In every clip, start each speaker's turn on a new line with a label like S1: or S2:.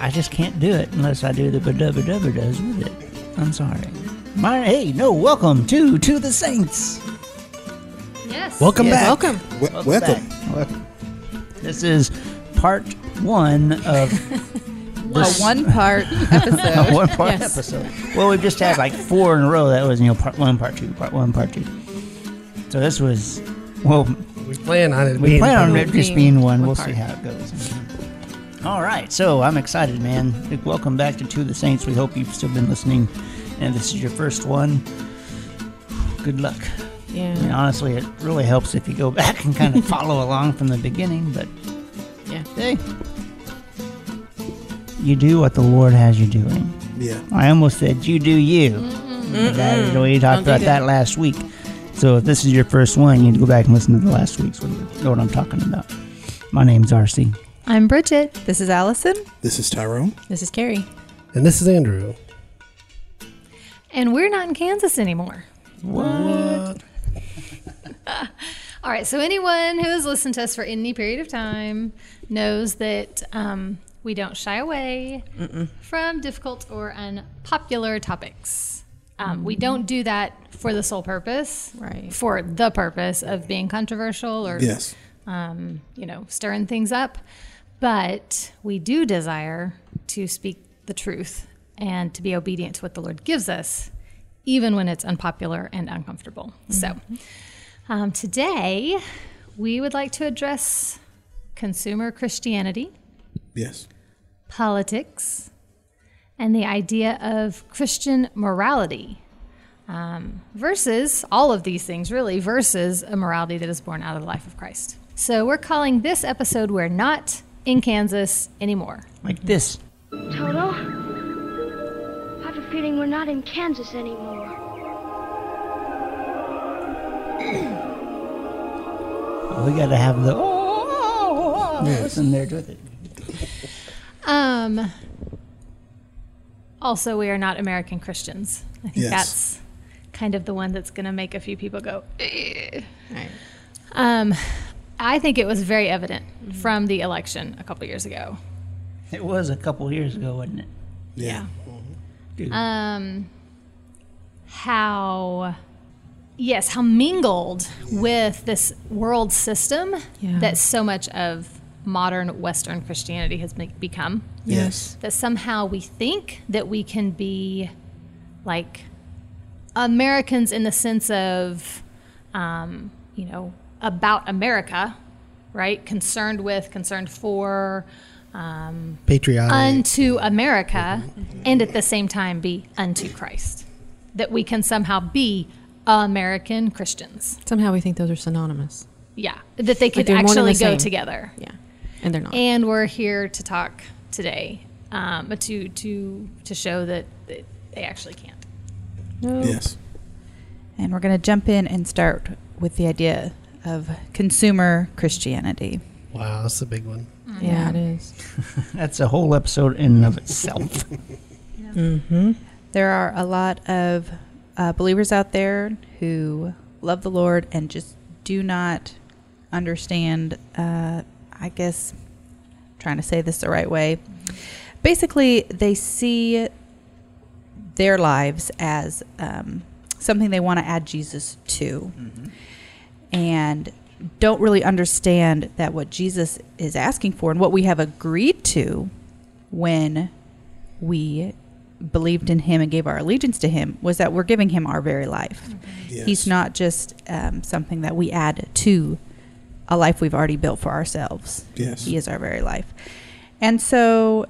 S1: I just can't do it unless I do the badubba dubba does with it. I'm sorry. My, hey, no, welcome to To the Saints.
S2: Yes.
S3: Welcome
S1: Yeah.
S3: back.
S4: Welcome.
S3: Welcome.
S1: back. Welcome. This is part one of
S4: A
S1: this-
S4: one part episode.
S1: one part
S4: Yes.
S1: episode. Well, we've just had like four in a row. That was you know part one, part two, part one, part two. So this was well,
S3: We plan on it.
S1: we
S3: being
S1: plan on
S3: part-
S1: it just
S4: being
S1: being one. We'll
S4: one
S1: see
S4: part.
S1: how it goes. All right, so I'm excited, man. Welcome back to Two of the Saints. We hope you've still been listening, and if this is your first one. Good luck. I mean,
S4: Yeah.
S1: honestly, it really helps if you go back and kind of follow along from the beginning. But
S4: Yeah.
S1: hey, you do what the Lord has you doing.
S3: Yeah.
S1: I almost said you do you. But That is, we talked
S4: Don't
S1: about
S4: do
S1: that last week. So if this is your first one, you need to go back and listen to the last week's one. You know what I'm talking about. My name's RC.
S2: I'm Bridget.
S4: This is Allison.
S5: This is Tyrone.
S4: This is Carrie.
S3: And this is Andrew.
S2: And we're not in Kansas anymore. What? All right. So, anyone who has listened to us for any period of time knows that um, we don't shy away from difficult or unpopular topics. Um, we don't do that for the sole purpose,
S4: Right.
S2: For the purpose of being controversial or
S5: Yes.
S2: um, you know, stirring things up. But we do desire to speak the truth and to be obedient to what the Lord gives us, even when it's unpopular and uncomfortable. So um, today, we would like to address consumer Christianity,
S5: Yes.
S2: politics, and the idea of Christian morality. Um, versus all of these things, really, versus a morality that is born out of the life of Christ. So we're calling this episode We're Not in Kansas Anymore.
S1: Like this.
S6: Toto, I have a feeling we're not in Kansas anymore.
S1: We got to have the yes. in there with it.
S2: Um, also, we are not American Christians. I think
S5: Yes.
S2: that's kind of the one that's going to make a few people go, "Eh."
S4: Right.
S2: um, I think it was very evident from the election a couple years ago.
S1: It was a couple years ago, wasn't it?
S5: Yeah.
S1: Dude.
S2: um, how yes how mingled with this world system
S4: Yeah.
S2: that so much of modern western christianity has be- become
S5: Yes.
S2: that somehow we think that we can be like Americans in the sense of, um, you know, about America, right? Concerned with, concerned for, um,
S3: Patriotic.
S2: unto America and at the same time be unto Christ. That we can somehow be American Christians.
S4: Somehow we think those are synonymous.
S2: Yeah. That they could
S4: they're one and
S2: actually
S4: the
S2: go
S4: same.
S2: together.
S4: Yeah. And they're not.
S2: And we're here to talk today um, to, to, to show that that they actually can't.
S4: no.
S5: Yes.
S7: And we're going to jump in and start with the idea of consumer Christianity.
S3: wow, that's a big one.
S4: Yeah, it is.
S1: That's a whole episode in and of itself. Mm-hmm.
S7: There are a lot of uh, believers out there who love the Lord and just do not understand, uh, I guess, trying to say this the right way. Basically, they see their lives as um, something they want to add Jesus to and don't really understand that what Jesus is asking for and what we have agreed to when we believed in him and gave our allegiance to him was that we're giving him our very life.
S5: Yes.
S7: He's not just um, something that we add to a life we've already built for ourselves.
S5: Yes.
S7: He is our very life. And so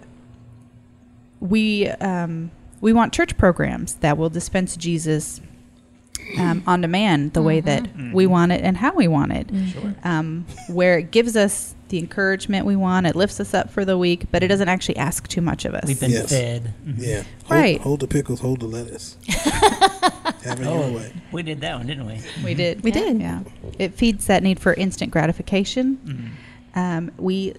S7: we um, we want church programs that will dispense Jesus um, on demand the way that we want it and how we want it, um, where it gives us the encouragement we want, it lifts us up for the week, but it doesn't actually ask too much of us.
S1: We've been
S5: Yes.
S1: fed.
S5: Yeah. Hold,
S7: Right.
S5: Hold the pickles. Hold the lettuce. Have it your way.
S1: We did that one, didn't we?
S7: We did.
S4: We did.
S7: Mm-hmm. Yeah. It feeds that need for instant gratification. Um, we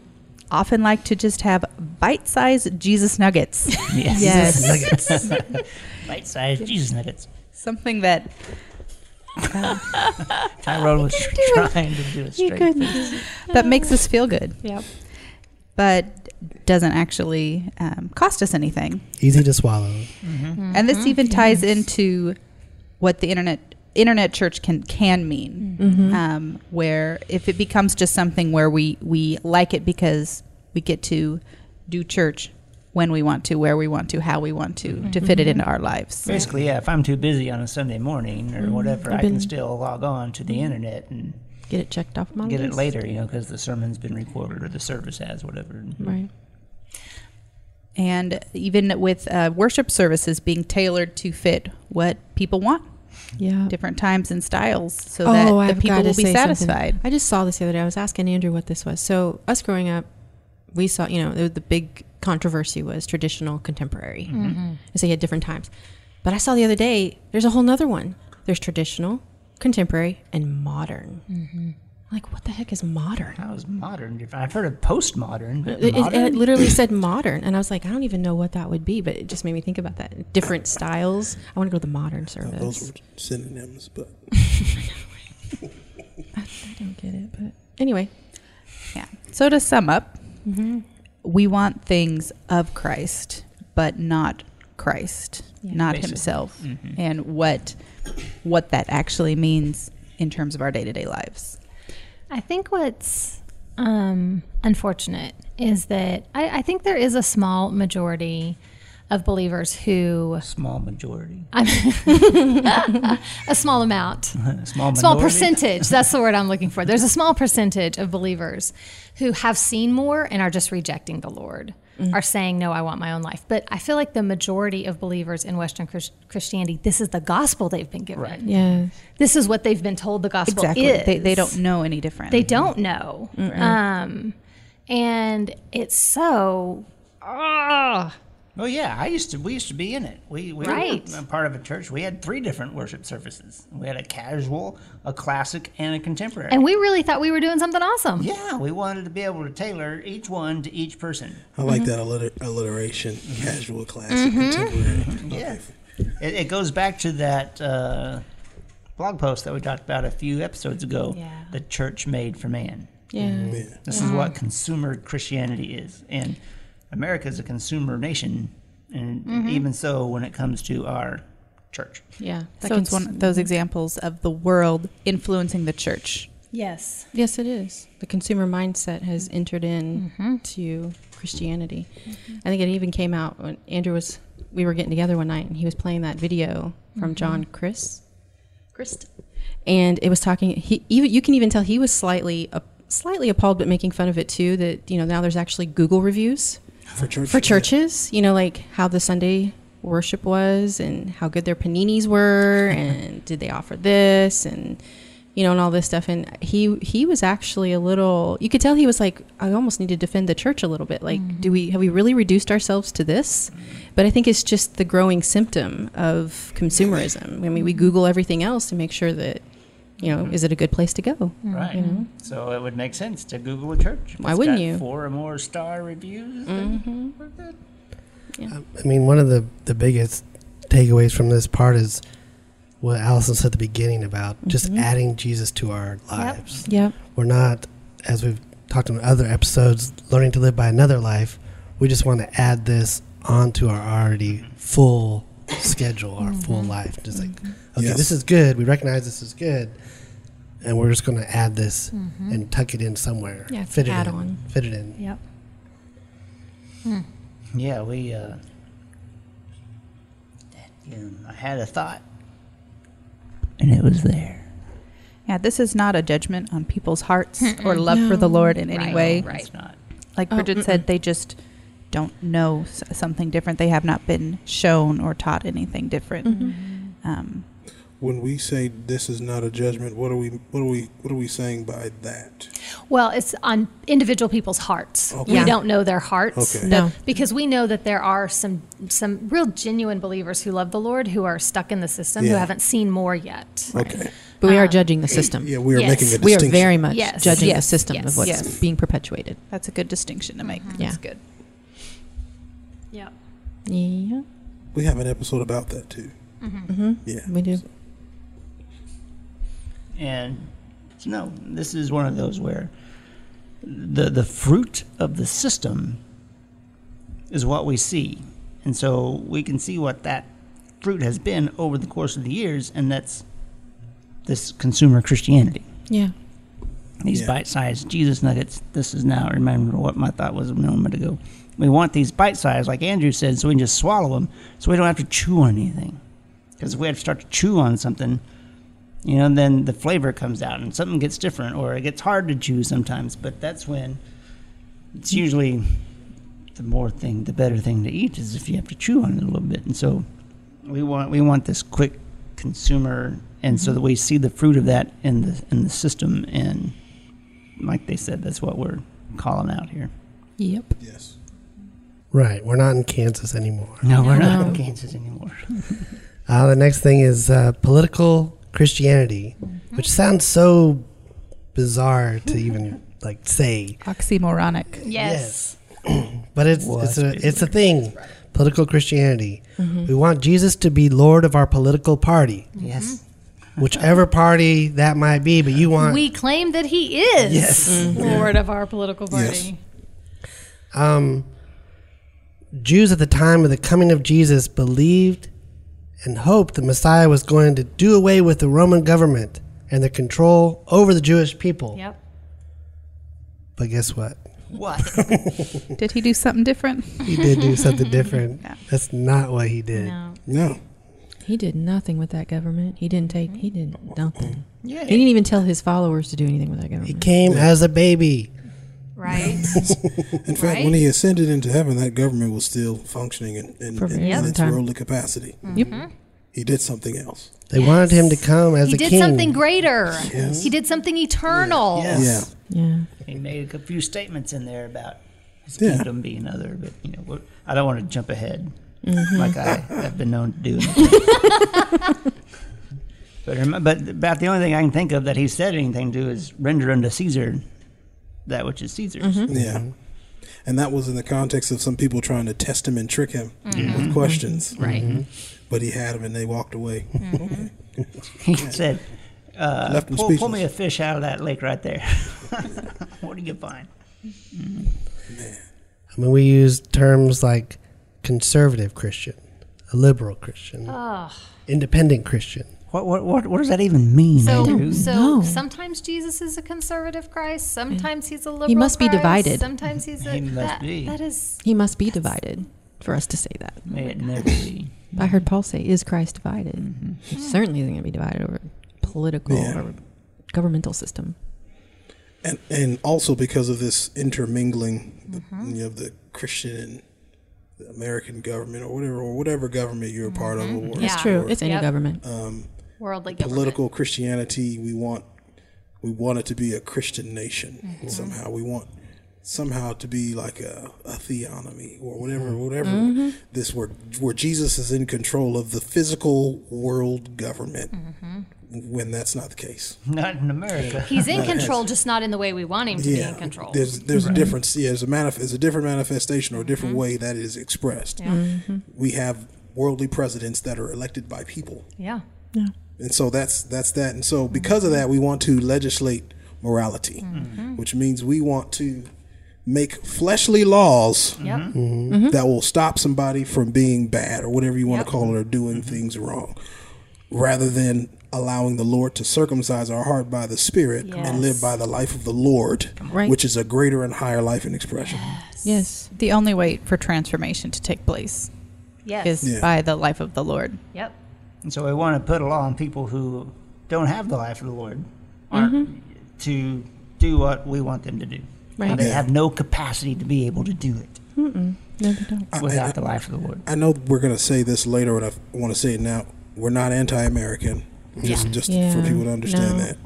S7: often like to just have bite sized Jesus nuggets,
S1: Yes.
S4: Yes.
S1: Bite-sized Jesus nuggets.
S7: something that
S1: Tyrone was trying to do a straight.
S7: that makes us feel good.
S2: Yep.
S7: but doesn't actually um, cost us anything.
S3: Easy to swallow.
S7: And this
S4: Mm-hmm.
S7: even ties into what the internet internet church can can mean,
S4: Mm-hmm.
S7: um, where if it becomes just something where we we like it because we get to do church when we want to, where we want to, how we want to, to fit it
S4: Mm-hmm.
S7: into our lives.
S1: Basically, yeah, if I'm too busy on a Sunday morning or whatever, I can still log on to the internet and
S4: Get it checked off my
S1: get it
S4: list.
S1: later, you know, because the sermon's been recorded or the service has, whatever.
S4: Right.
S7: And even with uh, worship services being tailored to fit what people want,
S4: Yeah.
S7: different times and styles, so
S4: oh,
S7: that
S4: I've
S7: the people
S4: gotta
S7: will
S4: say
S7: be
S4: something.
S7: satisfied.
S4: I just saw this the other day. I was asking Andrew what this was. So us growing up, we saw you know the, the big controversy was traditional contemporary,
S7: Mm.
S4: and
S2: Mm-hmm.
S4: so you had different times. But I saw the other day there's a whole nother one. There's traditional, contemporary, and modern.
S2: Mm-hmm.
S4: Like what the heck is modern?
S1: That was modern. different- I've heard of postmodern, but
S4: It, it,
S1: modern?
S4: it literally said modern, and I was like, I don't even know what that would be, but it just made me think about that. Different styles. I want to go to the modern service.
S5: Those were synonyms, but
S4: I don't get it, but anyway,
S7: Yeah. So to sum up,
S8: Mm-hmm.
S7: we want things of Christ, but not Christ,
S4: Yeah.
S7: not
S1: Basically.
S7: Himself,
S8: Mm-hmm.
S7: and what what that actually means in terms of our day to day lives.
S8: I think what's um, unfortunate is that I, I think there is a small majority of believers who,
S1: small majority.
S8: a small amount,
S1: small
S8: small
S1: minority.
S8: percentage, that's the word I'm looking for. There's a small percentage of believers who have seen more and are just rejecting the Lord, are saying, No, I want my own life. But I feel like the majority of believers in Western Chris- Christianity, this is the gospel they've been given.
S1: Right.
S4: yeah.
S8: This is what they've been told the gospel is.
S7: They, they don't know any different.
S8: They don't know. Um, and it's so. ah,
S1: Oh yeah, I used to. We used to be in it. We we
S8: Right.
S1: were a part of a church. We had three different worship services. We had a casual, a classic, and a contemporary.
S8: and we really thought we were doing something awesome.
S1: yeah, we wanted to be able to tailor each one to each person.
S5: I like that alliter- alliteration, casual, classic, contemporary.
S1: Yeah.
S5: Okay.
S1: It, it goes back to that uh, blog post that we talked about a few episodes ago.
S8: Yeah.
S1: The church made for man.
S4: Yeah.
S5: Yeah.
S1: This is what consumer Christianity is, and America is a consumer nation, and even so, when it comes to our church,
S4: Yeah.
S7: So it's one of those examples of the world influencing the church.
S8: Yes.
S4: Yes, it is. The consumer mindset has entered in to Christianity. I think it even came out when Andrew was. We were getting together one night, and he was playing that video from John Mm-hmm. Chris, Christ, and it was talking. He even you can even tell he was slightly uh, slightly appalled, but making fun of it too. That you know now there's actually Google reviews
S5: For church.
S4: for churches. You know, like how the Sunday worship was and how good their paninis were, and did they offer this and you know, and all this stuff. And he he was actually a little. You could tell he was like, I almost need to defend the church a little bit. Like, do we have we really reduced ourselves to this? But I think it's just the growing symptom of consumerism. I mean, we Google everything else to make sure that. You know, is it a good place to go?
S1: right? So it would make sense to Google a church.
S4: Why
S1: It's
S4: wouldn't
S1: got
S4: you? Mm-hmm.
S1: Four or more star reviews. Mm-hmm.
S3: I mean, one of the, the biggest takeaways from this part is what Allison said at the beginning about just adding Jesus to our lives.
S4: Yep.
S3: We're not, as we've talked in other episodes, learning to live by another life. We just want to add this onto our already full schedule, our full
S4: Mm-hmm.
S3: life. Just like, okay,
S5: Yes.
S3: this is good. We recognize this is good. And we're just going to add this and tuck it in somewhere.
S4: Mm-hmm. Yeah, it's
S3: fit it
S4: add
S3: in.
S4: on.
S3: Fit it in.
S8: Yep.
S1: Yeah, we. Uh, um, I had a thought, and it was there.
S7: Yeah, this is not a judgment on people's hearts or love for the Lord in any
S8: Right,
S7: way.
S8: right.
S1: It's not.
S7: Like Bridget said, they just don't know s- something different. They have not been shown or taught anything different. Um,
S5: When we say this is not a judgment, what are we? What are we? What are we saying by that?
S8: Well, it's on individual people's hearts.
S5: Okay.
S8: We
S4: Yeah.
S8: don't know their hearts.
S5: Okay.
S4: No.
S8: Because we know that there are some some real genuine believers who love the Lord who are stuck in the system who
S5: Yeah.
S8: haven't seen more yet.
S5: Okay.
S4: But we are judging the system.
S5: Yeah, we are
S8: Yes.
S5: making a
S4: We are
S5: distinction.
S4: very much
S8: Yes.
S4: judging
S7: Yes.
S4: the system
S8: Yes.
S4: of what's
S7: Yes.
S4: being perpetuated.
S7: that's a good distinction to make. That's
S4: Yeah.
S7: good.
S8: Yep.
S4: Yeah,
S5: We have an episode about that too. Mm-hmm. Yeah.
S4: we do.
S1: And so no, this is one of those where the the fruit of the system is what we see, and so we can see what that fruit has been over the course of the years, and that's this consumer Christianity.
S4: Yeah.
S1: These
S5: Yeah.
S1: bite-sized Jesus nuggets. This is now. Remember what my thought was a moment ago. We want these bite-sized, like Andrew said, so we can just swallow them, so we don't have to chew on anything. Because if we have to start to chew on something, you know, then the flavor comes out and something gets different, or it gets hard to chew sometimes. But that's when it's usually the more thing, the better thing to eat is if you have to chew on it a little bit. And so we want we want this quick consumer, and so that we see the fruit of that in the in the system. And like they said, that's what we're calling out here.
S4: Yep.
S5: Yes.
S3: Right. We're not in Kansas anymore.
S1: No, we're not
S4: No.
S1: in Kansas anymore.
S3: Uh, the next thing is uh, political Christianity,
S4: Mm-hmm.
S3: which sounds so bizarre to even like say,
S7: Oxymoronic.
S8: Yes.
S3: but it's
S1: Well,
S3: it's a
S1: that's
S3: it's a thing. Political Christianity.
S8: Mm-hmm.
S3: We want Jesus to be Lord of our political party,
S1: Yes.
S3: whichever party that might be. But you want
S8: We claim that he is
S3: Yes.
S8: Lord of our political party.
S3: um, Jews at the time of the coming of Jesus believed and hoped the Messiah was going to do away with the Roman government and their control over the Jewish people.
S8: Yep.
S3: But guess what?
S1: What?
S7: Did he do something different?
S3: He did do something different. That's not what he did.
S8: No.
S5: No.
S4: He did nothing with that government. He didn't take. He did nothing.
S1: Yeah.
S4: He didn't even tell his followers to do anything with that
S3: He
S4: government.
S3: came as a baby.
S8: Right.
S5: In fact, when
S8: Right?
S5: he ascended into heaven, that government was still functioning in, in,
S4: For
S5: in,
S4: a
S5: in
S4: long
S5: its
S4: time.
S5: worldly capacity.
S8: Mm. Mm-hmm.
S4: Yep.
S5: He did something else.
S3: They wanted him to come as
S8: he
S3: a
S8: did
S3: king.
S8: something greater.
S5: Yes.
S8: He did something eternal.
S1: Yes.
S4: Yeah.
S1: He made a few statements in there about his
S5: Yeah.
S1: kingdom being other, but you know, we're- I don't want to jump ahead like I have been known to do. but rem- but about the only thing I can think of that he said anything to is render unto Caesar that which is Caesar's.
S5: Yeah. Yeah. And that was in the context of some people trying to test him and trick him with questions.
S8: Mm-hmm. Right.
S1: Mm-hmm.
S8: Mm-hmm.
S5: But he had him and they walked away. Okay.
S1: He said, uh,
S5: Left him
S1: pull, pull me a
S5: speechless.
S1: fish out of that lake right there. what do you find?
S3: I mean, we use terms like conservative Christian, a liberal Christian, independent Christian.
S1: What, what, what, what does that even mean?
S8: So,
S1: Andrew?
S8: so
S4: know.
S8: sometimes Jesus is a conservative Christ. Sometimes he's a liberal.
S4: must be
S8: Christ,
S4: divided.
S8: Sometimes he's a.
S1: He must
S8: that,
S1: be.
S8: that is.
S4: He must be divided for us to say that.
S1: May it never be.
S4: I heard Paul say, "Is Christ divided?" He certainly isn't going to be divided over political
S5: Yeah.
S4: or governmental system.
S5: And, and also because of this intermingling the-
S8: Mm-hmm.
S5: you know, of the Christian and the American government or whatever or whatever government you're a part of. Or,
S8: That's
S5: or
S8: Mm-hmm. Yeah. true.
S4: It's any
S8: Yep.
S4: government.
S5: Uh,
S8: Worldly government.
S5: political Christianity. We want we want it to be a Christian nation somehow. We want somehow to be like a, a theonomy or whatever, whatever this word where Jesus is in control of the physical world government. When that's not the case,
S1: Not in America.
S8: He's in control, just not in the way we want him to be in control.
S5: there's there's a difference. Yeah, there's a manif- there's a different manifestation or a different way that is expressed.
S8: Mm-hmm. Yeah.
S5: We have worldly presidents that are elected by people.
S8: Yeah. Mm-hmm.
S5: and so that's that's that and so because of that we want to legislate morality
S8: Mm-hmm.
S5: which means we want to make fleshly laws Mm-hmm.
S8: Yep.
S5: that will stop somebody from being bad or whatever you want
S8: Yep. Mm-hmm.
S5: to call it or doing things wrong rather than allowing the lord to circumcise our heart by the spirit and live
S8: Yes.
S5: by the life of the lord
S4: Right.
S5: which is a greater and higher life and expression
S4: yes.
S7: The only way for transformation to take place
S8: Yes.
S7: is
S5: Yeah.
S7: by the life of the Lord.
S8: Yep.
S1: And so we want to put a law on people who don't have the life of the Lord aren't, to do what we want them to do.
S4: Right.
S1: They have no capacity to be able to do it
S4: No, they don't.
S1: without the life of the Lord.
S5: I know we're gonna say this later, and I want to say it now. We're not anti-American, just just
S4: Yeah.
S5: for people to understand
S4: No.
S5: that.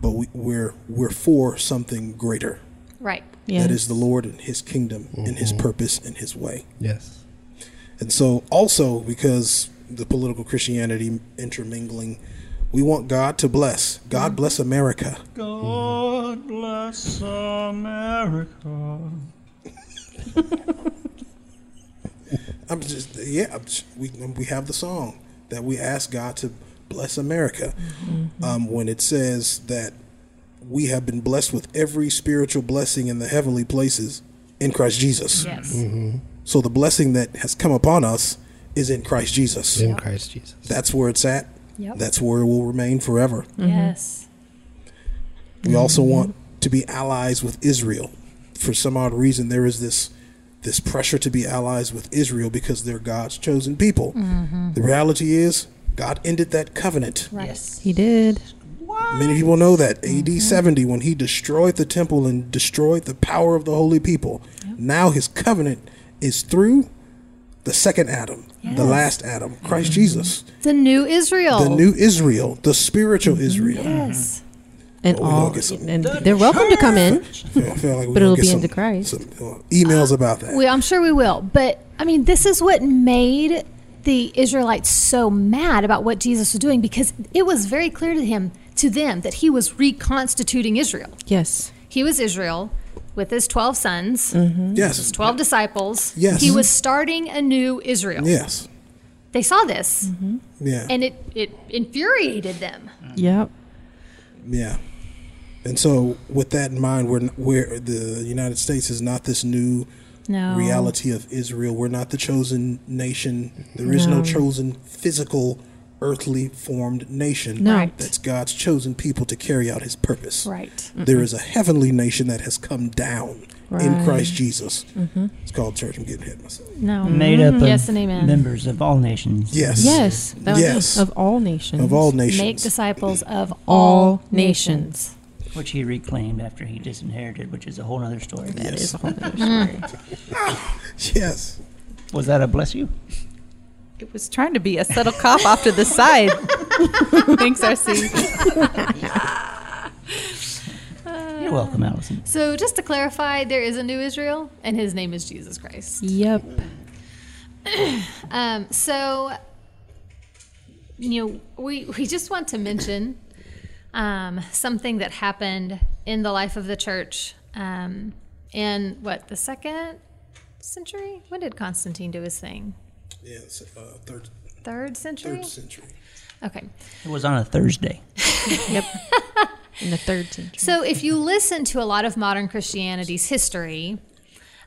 S5: But we, we're we're for something greater.
S8: Right.
S4: Yeah.
S5: That is the Lord and His kingdom and His purpose and His way.
S3: Yes.
S5: And so, also because the political Christianity intermingling, we want God to bless. God
S4: Mm.
S5: bless America.
S1: God bless America.
S5: I'm just yeah. I'm just- we we have the song that we ask God to bless America. Um, when it says that we have been blessed with every spiritual blessing in the heavenly places in Christ Jesus.
S8: Yes.
S1: Mm-hmm.
S5: So the blessing that has come upon us is in Christ Jesus.
S3: in Christ Jesus.
S5: That's where it's at.
S8: Yep.
S5: That's where it will remain forever.
S8: Yes.
S1: Mm-hmm.
S5: We also
S4: Mm-hmm.
S5: want to be allies with Israel. For some odd reason, there is this this pressure to be allies with Israel because they're God's chosen people.
S4: Mm-hmm.
S5: The reality is, God ended that covenant.
S7: He did.
S5: Many people know that.
S4: Mm-hmm.
S5: AD 70, when he destroyed the temple and destroyed the power of the holy people, now his covenant is through the second Adam, the last Adam,
S4: Mm-hmm.
S5: Christ Jesus,
S8: The new Israel.
S4: Oh.
S5: the new Israel, the spiritual
S4: Mm-hmm.
S5: Israel.
S8: Yes.
S4: and
S5: Oh, we
S4: all
S5: gonna get some-
S4: and they're welcome to come in.
S5: Feel- I feel like we're
S4: But
S5: gonna
S4: it'll
S5: get
S4: be
S5: some-
S4: into Christ.
S5: some, uh, emails about that.
S8: We, I'm sure we will. But I mean, this is what made the Israelites so mad about what Jesus was doing because it was very clear to him, to them, that he was reconstituting Israel.
S4: Yes.
S8: He was Israel with his 12 sons,
S5: yes.
S8: 12 disciples.
S5: Yes.
S8: He was starting a new Israel.
S5: Yes.
S8: They saw this
S5: Yeah.
S8: and it, it infuriated them.
S4: Yep.
S5: yeah. And so, with that in mind, we're n- we're the United States is not this new
S8: No.
S5: reality of Israel. We're not the chosen nation. There is no,
S4: No.
S5: chosen physical, earthly formed nation.
S4: No. Right.
S5: That's God's chosen people to carry out His purpose.
S8: Right.
S5: There is a heavenly nation that has come down in
S4: Right.
S5: Christ Jesus.
S8: Mm-hmm.
S5: It's called church. I'm getting ahead of myself.
S8: No. Mm-hmm.
S1: Made up of
S8: Yes and amen.
S1: members of all nations.
S5: Yes.
S4: Yes. That was it.
S5: Yes.
S4: Of all nations.
S5: Of all nations.
S8: Make disciples of all
S4: All
S8: nations.
S1: Which he reclaimed after he disinherited, which is a whole other story.
S4: That is
S5: yes.
S4: a whole other story.
S5: Yes.
S1: Was that a bless you?
S7: It was trying to be a subtle cop off to the side. Thanks, RC.
S1: You're welcome, Allison.
S8: So, just to clarify, there is a new Israel, and his name is Jesus Christ.
S4: yep.
S8: Um, so, you know, we, we just want to mention um, something that happened in the life of the church um, in what, the second century? When did Constantine do his thing?
S5: Yes. Uh, third,
S8: Third century?
S5: third century.
S8: Okay.
S1: It was on a Thursday.
S4: In the third century.
S8: So, if you listen to a lot of modern Christianity's history,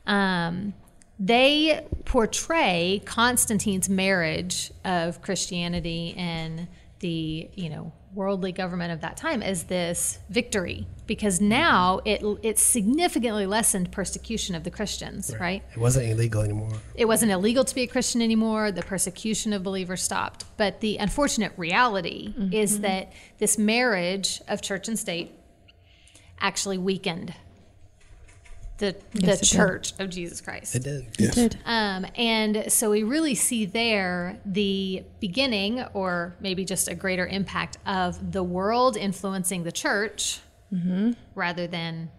S8: um, they portray Constantine's marriage of Christianity and the you know worldly government of that time as this victory because now it it significantly lessened persecution of the Christians, right?
S3: It wasn't illegal anymore.
S8: it wasn't illegal to be a Christian anymore. The persecution of believers stopped. But the unfortunate reality
S4: Mm-hmm.
S8: is that this marriage of church and state actually weakened the,
S4: Yes, it
S8: the
S4: did.
S8: church of Jesus Christ.
S3: It did.
S5: Yes.
S4: uh,
S8: Um, and so we really see there the beginning, or maybe just a greater impact of the world influencing the church
S4: Mm-hmm.
S8: rather than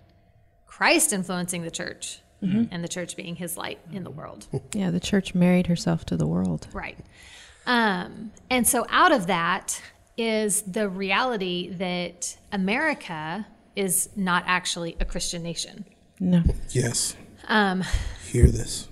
S8: Christ influencing the church
S4: Mm-hmm.
S8: and the church being his light in the world.
S4: Yeah, the church married herself to the world.
S8: Right. Um, and so out of that is the reality that America is not actually a Christian nation.
S4: No.
S5: Yes.
S8: Um,
S5: Hear this.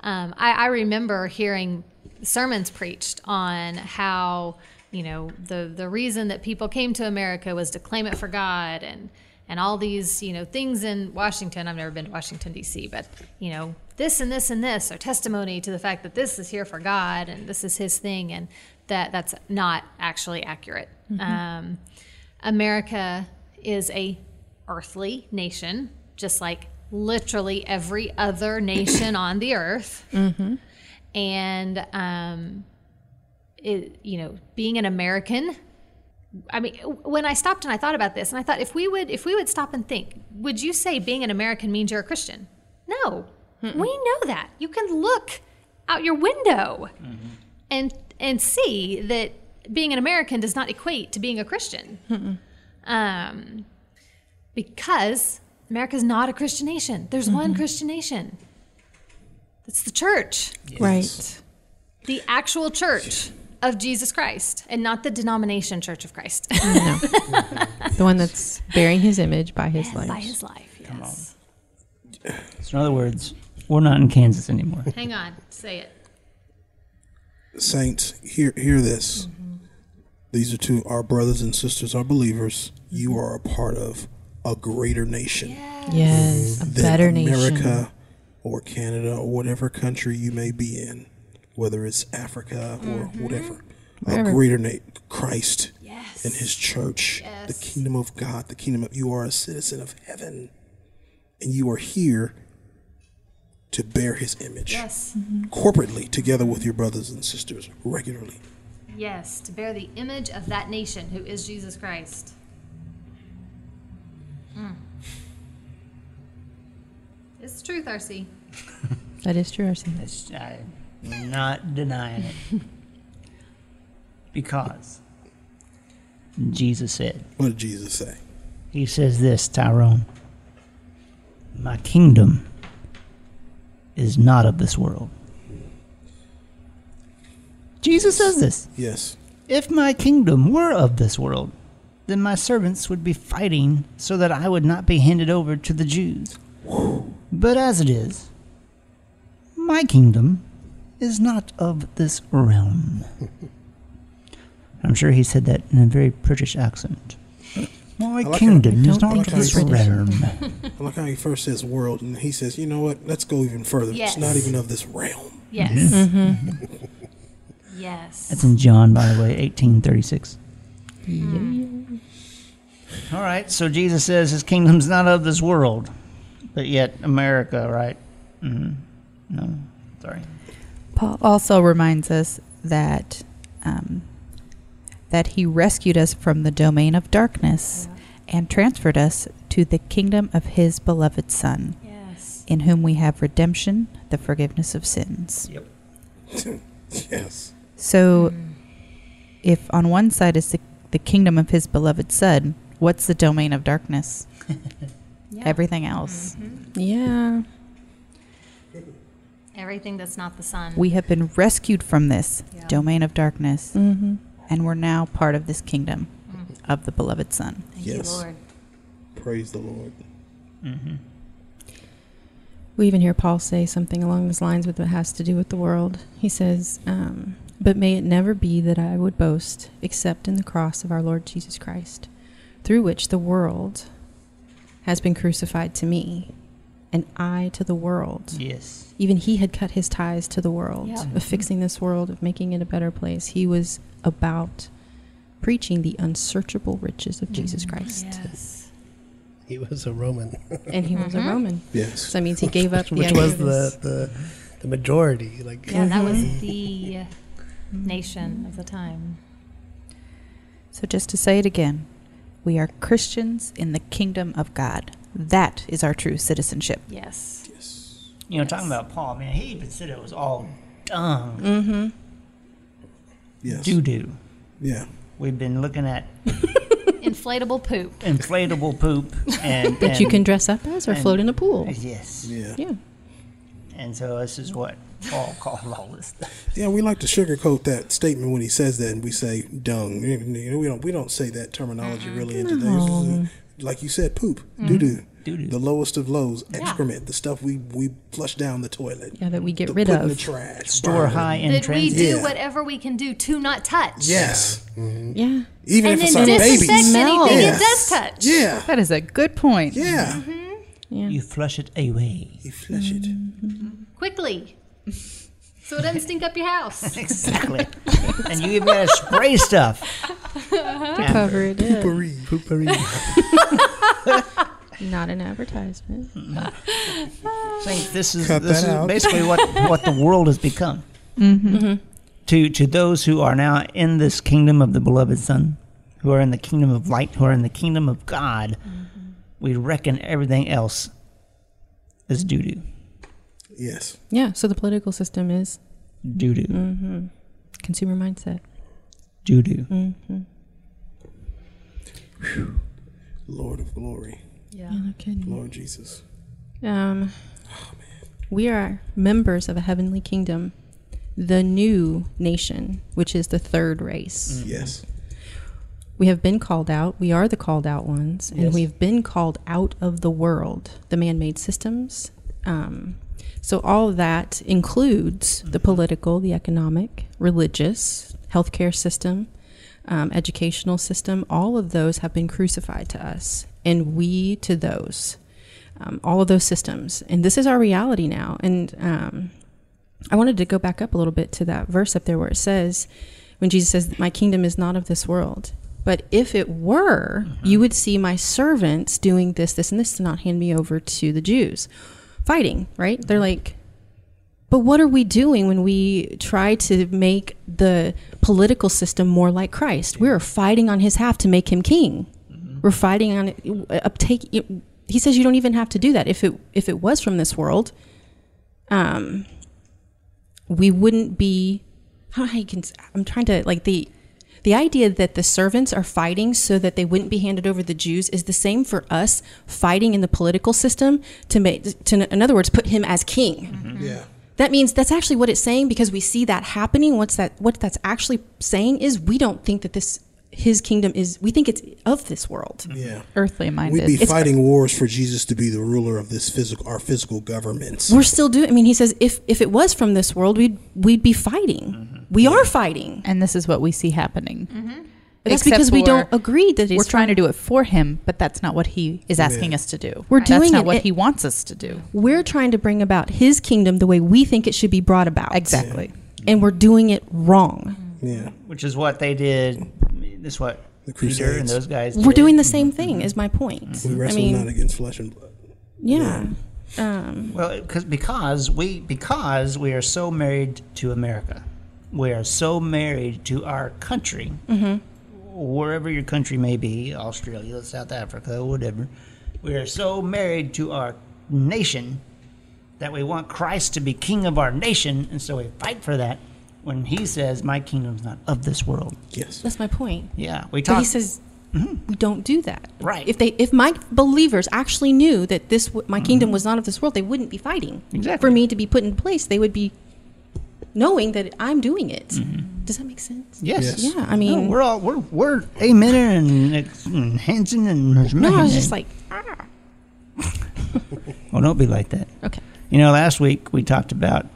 S8: um, I, I remember hearing sermons preached on how you know the the reason that people came to America was to claim it for God and and all these you know things in Washington. I've never been to Washington D.C., but you know this and this and this are testimony to the fact that this is here for God and this is His thing, and that that's not actually accurate. Um, America is a earthly nation, just like literally every other nation on the earth. And um, it, you know, being an American, I mean, when I stopped and I thought about this, and I thought if we would, if we would stop and think, would you say being an American means you're a Christian? No, we know that. You can look out your window and and see that being an American does not equate to being a Christian. Um, because America's not a Christian nation. There's one Christian nation. That's the church,
S4: Right.
S8: the actual church of Jesus Christ, and not the denomination Church of Christ
S4: No. the one that's bearing his image by his life.
S8: by his life. Yes.
S1: So in other words, we're not in Kansas anymore.
S8: Hang on, say it.
S5: Saints, hear hear this. These are two, our brothers and sisters are believers. You are a part of a greater nation
S2: Yes, a
S5: than
S2: better nation.
S5: America or Canada or whatever country you may be in, whether it's Africa or whatever. A greater name, Christ and His church, the kingdom of God, the kingdom of you are a citizen of heaven, and you are here to bear His image
S8: Yes.
S5: corporately, together with your brothers and sisters regularly.
S8: Mm-hmm. Yes, to bear the image of that nation who is Jesus Christ. Mm. It's the truth, RC.
S2: That is true, Arcee.
S1: It's, I'm not denying it. because Jesus said,
S5: What did Jesus say?
S1: He says this, Tyrone My kingdom is not of this world. Jesus says this.
S5: Yes.
S1: If my kingdom were of this world, then my servants would be fighting so that I would not be handed over to the Jews. But as it is, my kingdom is not of this realm. I'm sure he said that in a very British accent. My
S5: like
S1: kingdom
S2: I
S1: is
S2: don't
S1: not
S2: think
S1: of
S5: he's
S1: this
S5: British.
S1: realm.
S5: I like how he first says world, and he says, you know what? Let's go even further.
S8: Yes.
S5: It's not even of this realm.
S8: Yes. Mm-hmm. yes.
S1: That's in John, by the way, 1836. All right, so Jesus says his kingdom's not of this world, but yet America, right? hmm No, sorry.
S7: Paul also reminds us that um, that he rescued us from the domain of darkness and transferred us to the kingdom of his beloved Son,
S8: Yes.
S7: in whom we have redemption, the forgiveness of sins.
S5: Yes.
S7: So, if on one side is the, the kingdom of his beloved Son, what's the domain of darkness?
S8: Yeah.
S7: Everything else.
S4: Yeah.
S8: Everything that's not the sun.
S7: We have been rescued from this
S8: Yeah.
S7: domain of darkness,
S4: Mm-hmm.
S7: and we're now part of this kingdom of the beloved Son.
S8: Thank you,
S5: Yes.
S8: Lord.
S5: Praise the Lord.
S4: We even hear Paul say something along those lines with what has to do with the world. He says, um, But may it never be that I would boast except in the cross of our Lord Jesus Christ, through which the world has been crucified to me, and I to the world.
S1: Yes.
S4: Even he had cut his ties to the world,
S8: Yeah.
S4: of fixing this world, of making it a better place. He was about preaching the unsearchable riches of Jesus
S2: Mm-hmm.
S4: Christ.
S8: Yes.
S3: He was a Roman,
S4: And he was a Roman.
S5: Yes.
S4: So that means he gave up the
S3: which
S4: idea
S3: was
S4: of his-
S3: the, the the majority. Like
S8: Yeah, that
S1: Mm-hmm.
S8: was Mm-hmm. the
S7: Mm-hmm.
S8: nation of the time.
S7: So, just to say it again, we are Christians in the kingdom of God. That is our true citizenship.
S8: Yes.
S5: Yes.
S1: You know, talking about Paul, man, he even said it was all dung,
S5: Yes.
S1: doo doo.
S5: Yeah.
S1: We've been looking at
S8: Inflatable poop.
S1: inflatable poop and
S4: that you
S1: and-
S4: can dress up as or
S1: and-
S4: float in a pool.
S1: Yes.
S5: Yeah.
S4: Yeah.
S1: And so this is what Paul called all this stuff.
S5: Yeah, we like to sugarcoat that statement when he says that, and we say dung. You know, We don't we don't say that terminology really in today's. Like you said, poop,
S4: Mm-hmm.
S5: doo doo,
S1: Doo-doo.
S5: the lowest of lows, excrement, the stuff we we flush down the toilet,
S4: Yeah, that we get
S5: the,
S4: rid
S5: put in the
S4: of.
S5: trash,
S1: Store
S5: burn.
S1: high in
S8: Did we
S1: transit.
S8: do
S5: Yeah.
S8: whatever we can do to not touch?
S5: Yes,
S4: Yeah.
S5: even
S8: And
S5: if
S8: then
S5: it's our
S8: disinfect
S5: babies.
S8: anything
S5: Yes.
S8: it does touch.
S5: Yeah,
S7: That is a good point.
S5: yeah.
S4: Mm-hmm.
S1: You flush it away.
S5: You flush it.
S8: Quickly. So it doesn't stink up your house.
S1: Exactly. and you even gotta spray stuff.
S4: Uh-huh.
S1: After.
S4: Cover it up.
S3: poopery, poopery.
S4: Not an advertisement.
S1: I think this is
S5: Cut
S1: this
S5: that
S1: is
S5: out.
S1: basically what, what the world has become.
S4: Mm-hmm.
S1: To to those who are now in this kingdom of the beloved Son, who are in the kingdom of light, who are in the kingdom of God,
S4: Mm-hmm.
S1: we reckon everything else is
S4: Mm-hmm.
S1: doo doo.
S5: Yes,
S4: Yeah. So the political system is
S1: Doo doo.
S4: Mm-hmm. consumer mindset.
S1: Doo doo.
S5: Lord of Glory,
S8: Yeah.
S4: No kidding.
S5: Lord Jesus.
S4: Um, we are members of a heavenly kingdom, the new nation, which is the third race.
S5: Yes,
S4: We have been called out. We are the called out ones, and we've been called out of the world, the man made systems. Um, so, all of that includes the political, the economic, religious, healthcare system, um, educational system, all of those have been crucified to us, and we to those. Um, all of those systems. And this is our reality now. And um, I wanted to go back up a little bit to that verse up there where it says, when Jesus says, My kingdom is not of this world. But if it were, you would see my servants doing this, this, and this to not hand me over to the Jews. Fighting, right? They're like, but what are we doing when we try to make the political system more like Christ? We are fighting on his half to make him king. We're fighting on uh, uptake. He says you don't even have to do that. If it if it was from this world, um, we wouldn't be. How do I can I'm trying to like the the idea that the servants are fighting so that they wouldn't be handed over to the Jews is the same for us fighting in the political system to make to in other words put him as king
S5: Yeah.
S4: that means that's actually what it's saying because we see that happening what's that what that's actually saying is we don't think that this his kingdom is we think it's of this world
S5: Yeah.
S7: Earthly
S5: We'd be
S7: minded.
S5: fighting wars for Jesus to be the ruler of this physical, our physical governments.
S4: we're still doing i mean he says if if it was from this world we'd we'd be fighting we are fighting
S7: and this is what we see happening.
S4: that's
S7: Mm-hmm. Except
S4: because we
S7: for
S4: don't agree that it's
S7: We're trying
S4: from-
S7: to do it for him, but that's not what he is asking us to do.
S4: We're
S7: that's
S4: doing
S7: not
S4: it-
S7: what
S4: it-
S7: he wants us to do.
S4: we're trying to bring about his kingdom the way we think it should be brought about
S7: Exactly.
S4: and we're doing it wrong
S5: Yeah.
S1: which is what they did. That's what
S5: The
S1: Peter and
S5: Crusades.
S1: those guys.
S4: we're
S1: did.
S4: doing the same thing is my point
S5: We
S4: i
S5: wrestle
S4: mean
S5: not against flesh and blood.
S4: yeah um,
S1: Well, because because we because we are so married to America, we are so married to our country,
S4: Mm-hmm.
S1: wherever your country may be, Australia, South Africa, whatever. We are so married to our nation that we want Christ to be king of our nation, and so we fight for that. When he says, "My kingdom's not of this world,"
S5: Yes.
S4: that's my point
S1: yeah, we
S4: But
S1: talk.
S4: he says,
S5: Mm-hmm.
S4: we don't do that.
S1: Right.
S4: If they, if my believers actually knew that this, w-
S5: Mm-hmm.
S4: my kingdom was not of this world, they wouldn't be fighting.
S1: Exactly.
S4: For me to be put in place, they would be knowing that I'm doing it.
S5: Mm-hmm.
S4: Does that make sense?
S1: yes.
S5: Yes.
S4: Yeah. I
S1: No,
S4: mean,
S1: we're all we're we're amener and, and Hanson and
S4: no, I was just like, ah.
S1: oh, don't be like that.
S4: Okay.
S1: You know, last week we talked about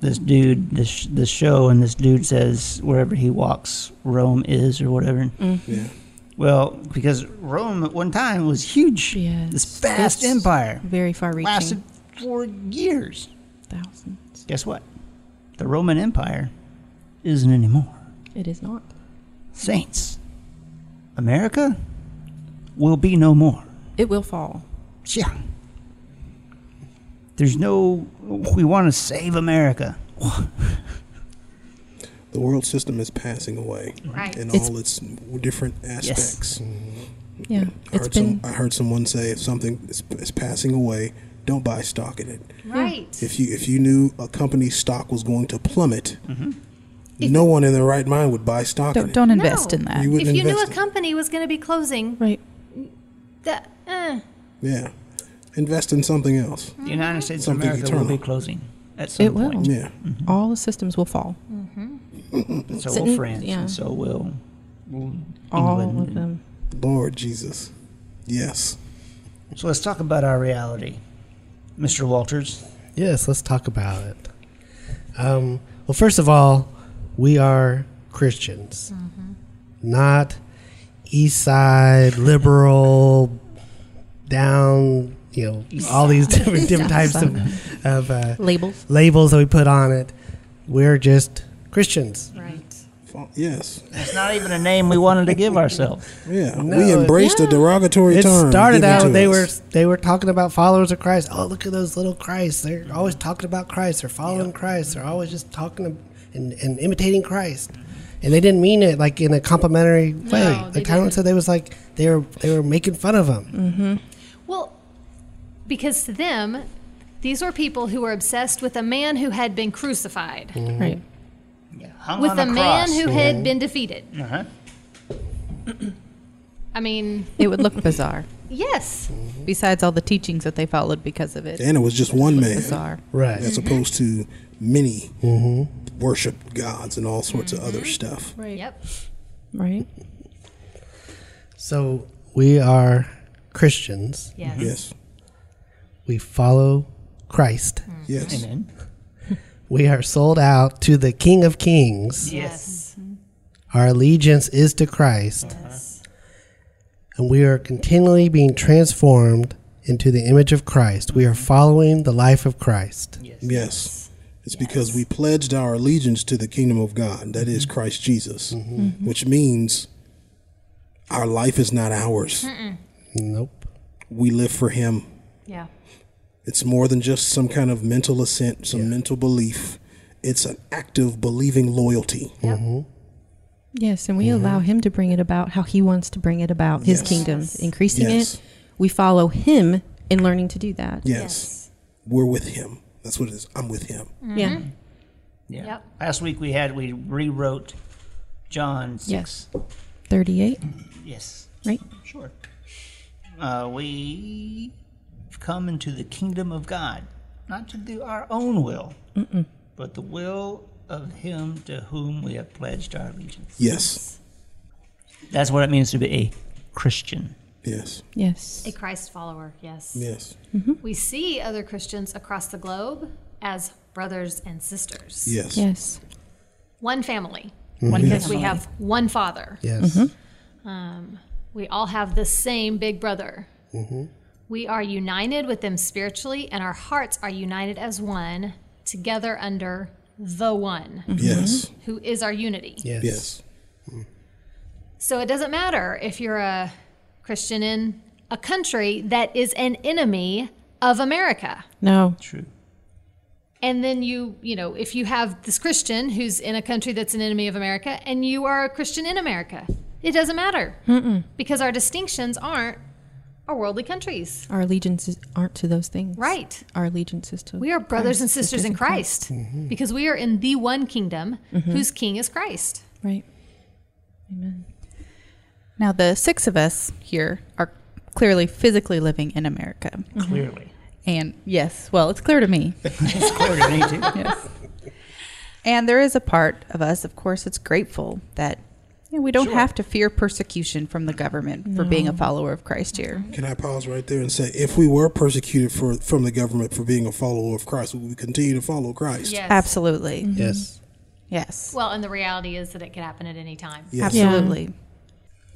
S1: this dude, this this show, and this dude says wherever he walks, Rome is or whatever.
S4: Mm-hmm.
S5: Yeah.
S1: Well, because Rome at one time was huge,
S4: Yes.
S1: this vast
S4: Yes.
S1: empire
S4: Very far reaching.
S1: lasted for years.
S4: Thousands.
S1: Guess what? The Roman Empire isn't anymore.
S4: It is not.
S1: Saints, America will be no more.
S4: It will fall.
S1: Yeah. There's no. We want to save America.
S5: The world system is passing away
S8: Right.
S5: in
S4: It's-
S5: all its different aspects.
S4: Yeah.
S5: I
S4: It's
S5: heard, some,
S4: been.
S5: I heard someone say if something is, is passing away, don't buy stock in it.
S8: Right.
S5: If you if you knew a company's stock was going to plummet,
S3: Mm-hmm.
S5: no one in their right mind would buy stock in
S7: Don't
S5: it.
S7: don't invest in that.
S5: You wouldn't
S8: If you knew a
S5: invest in it.
S8: company was going to be closing,
S4: Right.
S8: that, eh.
S5: Yeah. Invest in something else.
S8: Mm-hmm.
S1: The United States of
S5: Something
S1: America will
S5: eternal.
S1: be closing at some
S4: It will.
S1: point.
S5: Yeah.
S4: All the systems will fall.
S1: And so
S4: So-
S1: will France.
S4: yeah.
S1: And so will
S4: All
S1: England.
S4: of them.
S5: Lord Jesus. Yes.
S1: So let's talk about our reality, Mr. Walters.
S3: Yes, let's talk about it. Um, well, first of all, we are Christians, not East Side liberal, down, you know, all these different, different types of, of uh,
S4: Labels.
S3: labels that we put on it. We're just Christians.
S8: right.
S5: Fa- Yes.
S1: It's not even a name we wanted to give ourselves.
S5: Yeah.
S3: No,
S5: we
S3: it-
S5: embraced a derogatory
S3: It
S5: term.
S3: started
S5: given
S3: out
S5: to
S3: they
S5: us.
S3: were they were talking about followers of Christ. Oh, look at those little Christ! They're always talking about Christ. They're following Christ. They're always just talking ab- and, and imitating Christ. And they didn't mean it like in a complimentary way.
S8: they
S3: Like Tyrone said, they was like they were they were making fun of him.
S8: Well, because to them, these were people who were obsessed with a man who had been crucified,
S5: Mm.
S4: Right.
S1: Yeah, hung
S8: with
S1: on a,
S8: a man
S1: cross.
S8: who had been defeated.
S1: Uh-huh.
S8: I mean,
S7: It would look bizarre.
S8: yes.
S5: Mm.
S7: Besides all the teachings that they followed because of it.
S5: And it was just one man.
S7: Bizarre.
S3: Right.
S5: as opposed to many
S3: Mm-hmm.
S5: worship gods and all sorts of
S8: Mm-hmm.
S5: other stuff.
S8: Yep.
S4: Right.
S3: So we are Christians.
S8: Yes.
S5: Yes,
S3: We follow Christ.
S5: yes.
S1: Amen.
S3: We are sold out to the King of Kings
S8: Yes.
S3: Our allegiance is to Christ. And we are continually being transformed into the image of Christ. We are following the life of Christ.
S5: Yes. Mm-hmm. It's because we pledged our allegiance to the kingdom of God, that is Christ Jesus, which means our life is not ours.
S3: Nope.
S5: We live for Him.
S8: Yeah.
S5: It's more than just some kind of mental assent, some mental belief. It's an active believing loyalty.
S2: Yes, and we allow him to bring it about how he wants to bring it about his
S5: Yes.
S2: kingdom, increasing
S5: Yes.
S2: it. We follow him in learning to do that.
S5: Yes. We're with Him. That's what it is. I'm with Him.
S2: Yeah.
S1: Yeah.
S8: Yep.
S1: Last week we had we rewrote John six.
S2: 38,
S1: Yes.
S2: right?
S1: Sure. Uh, we come into the kingdom of God, not to do our own will, but the will of Him to whom we have pledged our allegiance.
S5: Yes.
S1: That's what it means to be a Christian.
S5: Yes.
S2: Yes.
S8: A Christ follower, yes.
S5: Yes.
S8: We see other Christians across the globe as brothers and sisters.
S5: Yes.
S2: Yes.
S8: One family.
S1: One
S8: Because we
S1: family.
S8: have one father.
S3: Yes.
S8: Um, we all have the same big brother. We are united with them spiritually, and our hearts are united as one, together under the one
S5: Mm-hmm. Yes.
S8: who is our unity.
S3: Yes.
S5: Yes.
S8: So it doesn't matter if you're a Christian in a country that is an enemy of America.
S2: No.
S1: True.
S8: And then you, you know, if you have this Christian who's in a country that's an enemy of America and you are a Christian in America, it doesn't matter because our distinctions aren't our worldly countries.
S2: Our allegiances aren't to those things.
S8: Right.
S2: Our allegiance is to.
S8: We are brothers and sisters in Christ because we are in the one kingdom whose king is Christ.
S2: Right. Amen.
S7: Now, the six of us here are clearly physically living in America.
S1: Clearly,
S7: And yes, well, it's clear to me.
S1: it's clear to me too.
S7: yes. And there is a part of us, of course, that's grateful that you know, we don't have to fear persecution from the government for being a follower of Christ here.
S5: Can I pause right there and say, if we were persecuted for from the government for being a follower of Christ, would we continue to follow Christ?
S8: Yes.
S7: Absolutely.
S3: Mm-hmm. Yes.
S7: Yes.
S8: Well, and the reality is that it could happen at any time.
S5: Yes.
S2: Yeah.
S7: Absolutely.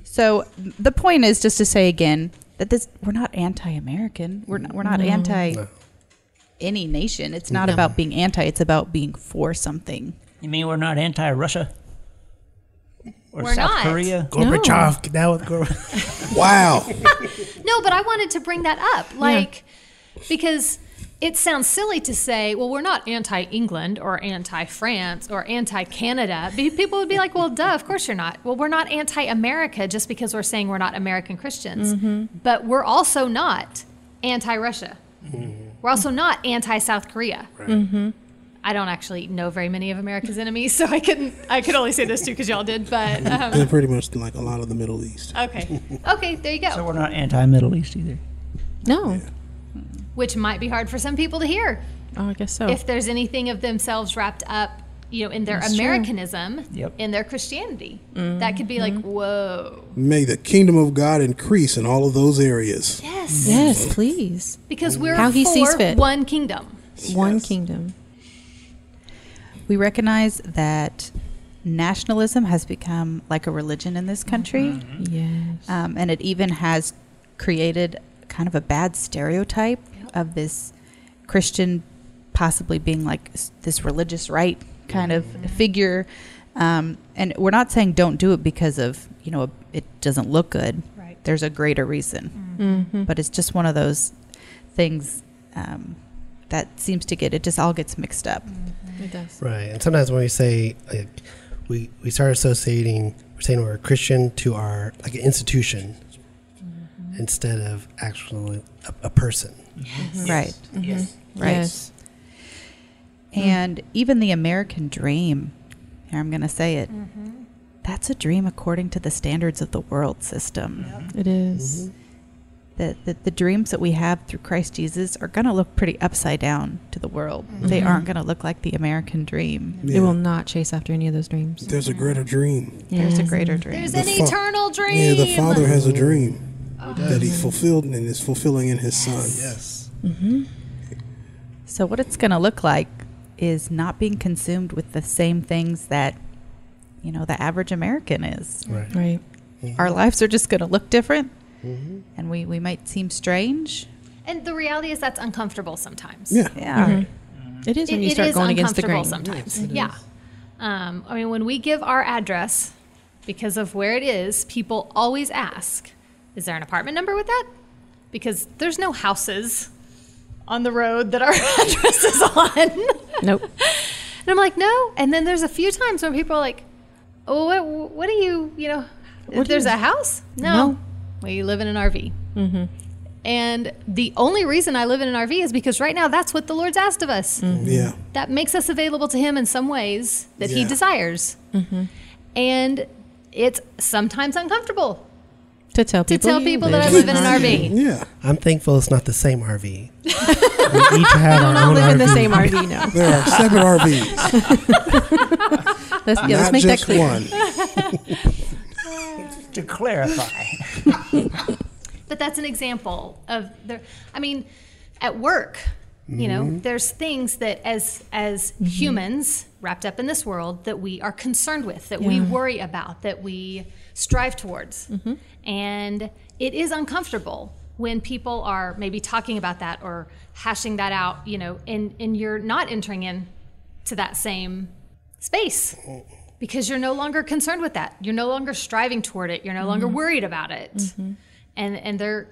S7: So the point is just to say again that this we're not anti-American. We're not, we're not anti
S3: No.
S7: any nation. It's not about being anti. It's about being for something.
S1: You mean we're not anti-Russia or
S8: We're
S1: South
S8: not.
S1: Korea?
S3: Gorbachev, get down with Gorbachev.
S5: Wow.
S8: No, but I wanted to bring that up, like, because it sounds silly to say, well, we're not anti England or anti France or anti Canada. People would be like, well, duh, of course you're not. Well, we're not anti America just because we're saying we're not American Christians, but we're also not anti Russia. We're also not anti South Korea. I don't actually know very many of America's enemies, so I couldn't. I could only say those two because y'all did. But um,
S5: They're pretty much like a lot of the Middle East.
S8: okay, okay, there you go.
S1: So we're not anti-Middle East either.
S2: No.
S8: Which might be hard for some people to hear.
S2: Oh, I guess so.
S8: if there's anything of themselves wrapped up you know in their
S2: That's true.
S8: americanism
S1: Yep.
S8: in their christianity that could be like whoa
S5: May the kingdom of God increase in all of those areas.
S8: yes
S2: yes, please.
S8: because we're
S2: How he
S8: for
S2: sees fit.
S8: one kingdom
S2: One kingdom.
S7: We recognize that nationalism has become like a religion in this country.
S2: Yes.
S7: Um, and it even has created kind of a bad stereotype
S8: Yep.
S7: of this Christian possibly being like s- this religious right kind of figure. Um, and we're not saying don't do it because of, you know, it doesn't look good.
S8: right
S7: There's a greater
S4: Mm.
S7: reason.
S2: Mm-hmm.
S7: But it's just one of those things um, that seems to get, it just all gets mixed up.
S2: It does.
S3: Right. And sometimes when we say, like, we, we start associating, we're saying we're a Christian to our, like, an institution instead of actually a, a person.
S7: Right.
S1: Yes.
S7: Right.
S2: Yes.
S7: And even the American dream, here I'm going to say it, that's a dream according to the standards of the world system.
S2: It is.
S7: The, the, the dreams that we have through Christ Jesus are going to look pretty upside down to the world. They aren't going to look like the American dream.
S5: Yeah.
S2: It will not chase after any of those dreams.
S5: There's a greater dream.
S7: There's a
S2: Yes.
S7: greater dream.
S8: there's
S5: The
S8: an
S5: fa-
S8: eternal dream Oh.
S5: Yeah, the Father has a dream that He fulfilled and is fulfilling in His Son.
S3: Yes.
S7: So, what it's going to look like is not being consumed with the same things that you know the average American is.
S3: Right.
S2: Right.
S7: Our lives are just going to look different, and we we might seem strange.
S8: And the reality is that's uncomfortable sometimes.
S5: Yeah.
S7: Yeah. Mm-hmm.
S2: It is
S8: It-
S2: when you
S8: it
S2: start
S8: is
S2: going against the grain.
S8: uncomfortable sometimes. yeah. Um, I mean, when we give our address, because of where it is, people always ask, "Is there an apartment number with that?" Because there's no houses on the road that our address is on.
S2: Nope.
S8: And I'm like, no. And then there's a few times where people are like, oh, what, what do you, you know, there's a house? No.
S2: No.
S8: We live in an RV. Mm-hmm. And the only reason I live in an RV is because right now that's what the Lord's asked of us.
S2: Mm-hmm.
S5: Yeah.
S8: That makes us available to Him in some ways that He
S5: Yeah.
S8: desires. And it's sometimes uncomfortable
S2: To tell
S8: to
S2: people.
S8: tell
S2: you
S8: people that I live in an RV.
S5: Yeah.
S3: I'm thankful it's not the same RV. we each have our own
S4: live in the
S3: RV.
S4: same RV now.
S5: There are seven RVs.
S2: Let's, yeah, let's
S5: not
S2: make that
S5: just
S2: clear.
S5: one.
S1: To clarify,
S8: But that's an example of the. I mean, at work, you know, there's things that as as humans wrapped up in this world that we are concerned with, that we worry about, that we strive towards, and it is uncomfortable when people are maybe talking about that or hashing that out, you know, and and you're not entering in to that same space because you're no longer concerned with that. You're no longer striving toward it. You're no longer worried about it. And and they're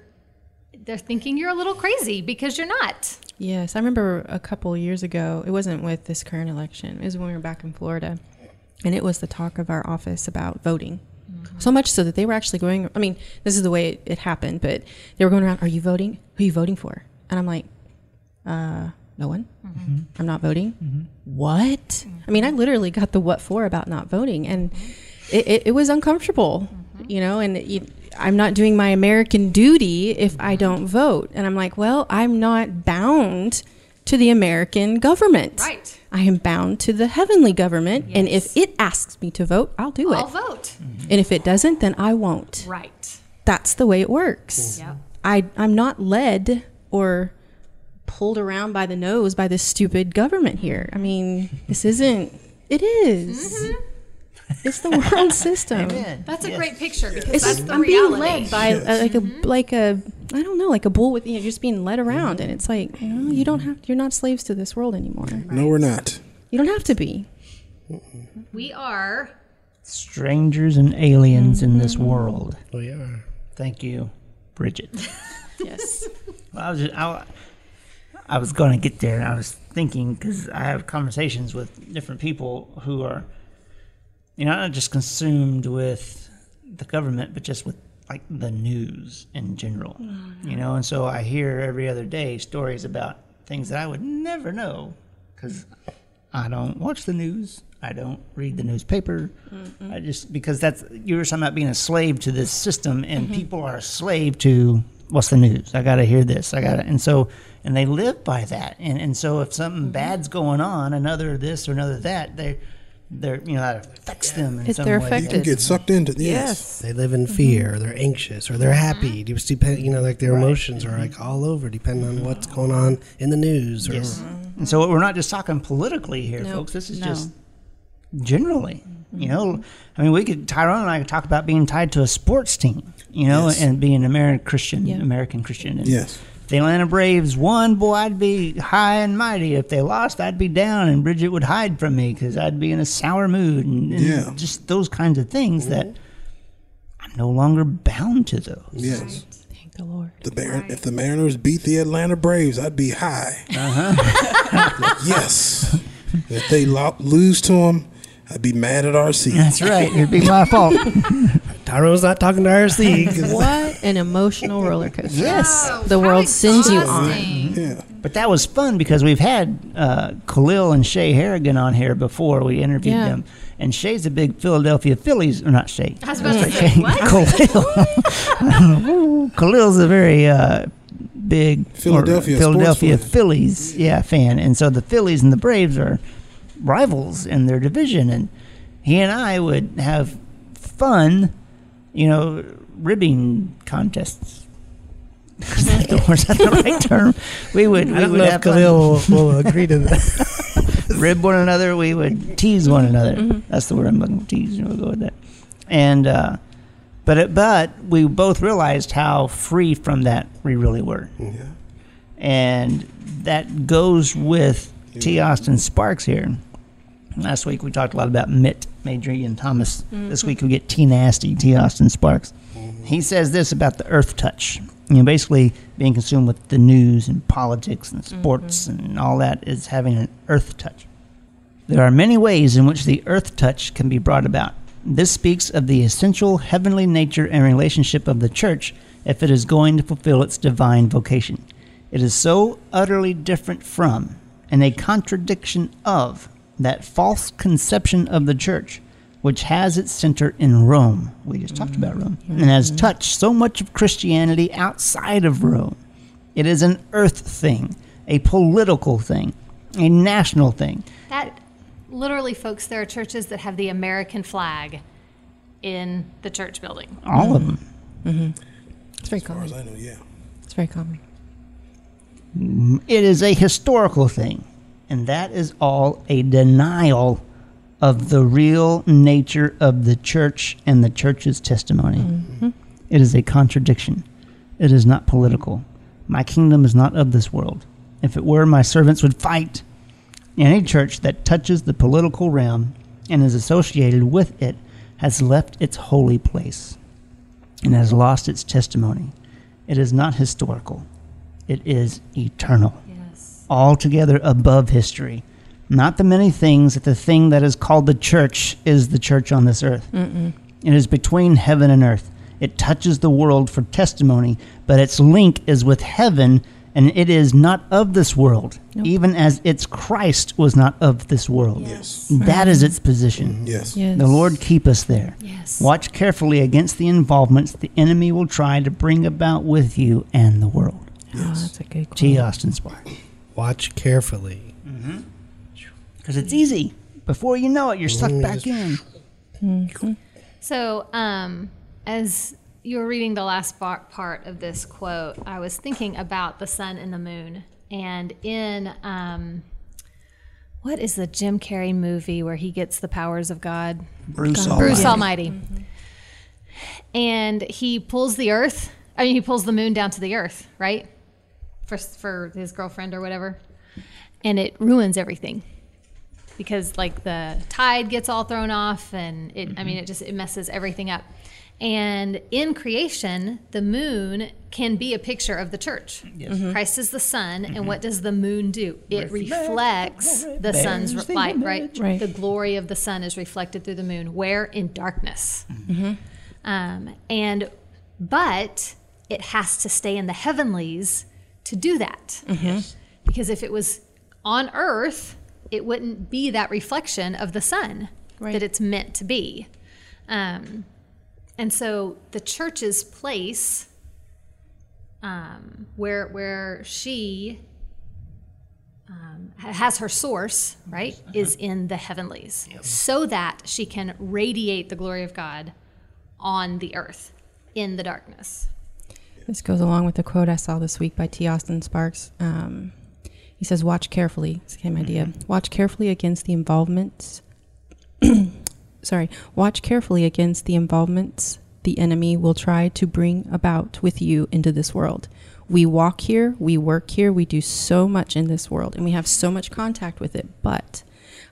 S8: they're thinking you're a little crazy because you're not.
S4: Yes, I remember a couple years ago. It wasn't with this current election. It was when we were back in Florida, and it was the talk of our office about voting. So much so that they were actually going. I mean, this is the way it, it happened, but they were going around. Are you voting? Who are you voting for? And I'm like, uh, no one.
S8: Mm-hmm.
S4: I'm not voting. What? I mean, I literally got the what for about not voting, and
S8: Mm-hmm.
S4: it, it, it was uncomfortable, you know. And you, I'm not doing my American duty if I
S8: Mm-hmm.
S4: don't vote. And I'm like, well, I'm not bound to the American government.
S8: Right.
S4: I am bound to the heavenly government, and if it asks me to vote, I'll do
S8: I'll
S4: it.
S8: vote.
S4: And if it doesn't, then I won't.
S8: Right.
S4: That's the way it works.
S8: Yeah.
S4: I I'm not led or pulled around by the nose by this stupid government here. I mean, this isn't. It is. It's the world system.
S8: That's a great picture because
S4: It's
S8: that's
S4: just,
S8: the
S4: I'm being
S8: reality.
S4: led by uh, like a like a I don't know like a bull with you know, you're just being led around and it's like no, you don't have you're not slaves to this world anymore.
S5: No, we're not.
S4: You don't have to be.
S8: we are
S1: strangers and aliens in this world.
S3: We are.
S1: Thank you, Bridget.
S4: Yes.
S1: Well, I was just, I, I was going to get there, and I was thinking because I have conversations with different people who are, you know, not just consumed with the government, but just with like the news in general, you know. And so I hear every other day stories about things that I would never know because I don't watch the news. I don't read the newspaper. I just because that's you were talking about being a slave to this system, and people are a slave to what's the news. I got to hear this. I got to, and so and they live by that. And and so if something bad's going on, another this or another that, they they're you know that affects them in
S7: If
S1: some
S7: they're
S1: way.
S7: affected.
S5: You get sucked into this.
S3: They live in
S1: Mm-hmm.
S3: fear. Or they're anxious, or they're happy. Just depend, you know, like their emotions are like all over, depending on what's going on in the news. Or,
S1: Mm-hmm. Yes. And so we're not just talking politically here, folks. This is
S7: No. Mm-hmm.
S1: just generally. You know, I mean, we could Tyrone and I could talk about being tied to a sports team. You know,
S5: Yes.
S1: and being American Christian,
S4: Yeah.
S1: American Christian. And
S5: Yes.
S1: If the Atlanta Braves won, boy, I'd be high and mighty. If they lost, I'd be down, and Bridget would hide from me because I'd be in a sour mood, and, and
S5: Yeah.
S1: just those kinds of things that I'm no longer bound to those.
S5: Yes.
S4: Thank the Lord.
S5: The Mar- if the Mariners beat the Atlanta Braves, I'd be high. yes. If they lo- lose to them, I'd be mad at RC.
S1: That's right. It'd be my fault.
S3: Tyrone's not talking to RC. 'cause-
S4: What an emotional roller coaster.
S1: yes.
S4: The world sends you on.
S5: Yeah.
S1: But that was fun because we've had uh, Khalil and Shay Harrigan on here before. We interviewed
S4: Yeah.
S1: them, and Shay's a big Philadelphia Phillies, or not Shay.
S8: I was about to say what?
S1: Khalil. Khalil's a very uh, big or
S5: Philadelphia sports
S1: Philadelphia
S5: fan.
S1: Phillies, yeah, fan, and so the Phillies and the Braves are rivals in their division, and he and I would have fun, you know, ribbing contests. Is that the, is that the right term? We would.
S3: I
S1: we
S3: don't
S1: would
S3: know if
S1: have fun.
S3: Khalil will, will agree to that.
S1: rib one another. We would tease one another. That's the word I'm looking for. Tease. We'll go with that. And uh, but it, but we both realized how free from that we really were,
S5: Yeah.
S1: and that goes with T. Austin Sparks here. Last week we talked a lot about Mitt Madry and Thomas. This week we get T. Nasty T. Austin Sparks. He says this about the Earth Touch. You know, basically being consumed with the news and politics and sports and all that is having an Earth Touch. There are many ways in which the earth touch can be brought about. This speaks of the essential heavenly nature and relationship of the church if it is going to fulfill its divine vocation. It is so utterly different from, and a contradiction of, that false conception of the church, which has its center in Rome. We just talked about Rome. And has touched so much of Christianity outside of Rome. It is an earth thing, a political thing, a national thing.
S2: That literally, folks, there are churches that have the American flag in the church building.
S1: All of them.
S8: It's very
S5: As far as
S8: common.
S5: I know, yeah.
S8: It's very common.
S1: It is a historical thing, and that is all a denial of the real nature of the church and the church's testimony. It is a contradiction. It is not political. My kingdom is not of this world. If it were, my servants would fight. Any church that touches the political realm and is associated with it has left its holy place and has lost its testimony. It is not historical, it is eternal
S2: Yes.
S1: altogether above history. Not the many things that the thing that is called the church is the church on this earth. It is between heaven and earth. It touches the world for testimony, but its link is with heaven, and it is not of this world, even as its Christ was not of this world.
S5: Yes.
S1: That is its position.
S5: Yes.
S8: Yes.
S1: The Lord keep us there.
S2: Yes.
S1: Watch carefully against the involvements the enemy will try to bring about with you and the world.
S8: Oh, that's a good quote.
S1: T. Austin Sparks.
S3: Watch carefully.
S1: because it's easy. Before you know it, you're sucked back in.
S2: So, um, as you were reading the last bar- part of this quote, I was thinking about the sun and the moon. And in um, what is the Jim Carrey movie where he gets the powers of God?
S5: Bruce
S2: Bruce
S5: Almighty.
S2: Almighty. And he pulls the earth, I mean, he pulls the moon down to the earth, right? For, for his girlfriend or whatever. And it ruins everything because like the tide gets all thrown off and it,
S4: Mm-hmm.
S2: I mean,
S8: Mm-hmm.
S2: it just, it messes everything up. And in creation, the moon can be a picture of the church. Christ is the sun. And what does the moon do? It reflects the sun's light, right?
S8: Right.
S2: The glory of the sun is reflected through the moon. Where? In darkness. Um, and but it has to stay in the heavenlies to do that. Because if it was on earth, it wouldn't be that reflection of the sun that it's meant to be. Um, and so the church's place um, where where she um, ha- has her source right is in the heavenlies so that she can radiate the glory of god on the earth in the darkness
S4: This goes along with the quote I saw this week by T. Austin Sparks. Um, he says, "Watch carefully." Same idea. Watch carefully against the involvements. sorry. Watch carefully against the involvements the enemy will try to bring about with you into this world. We walk here, we work here, we do so much in this world, and we have so much contact with it. But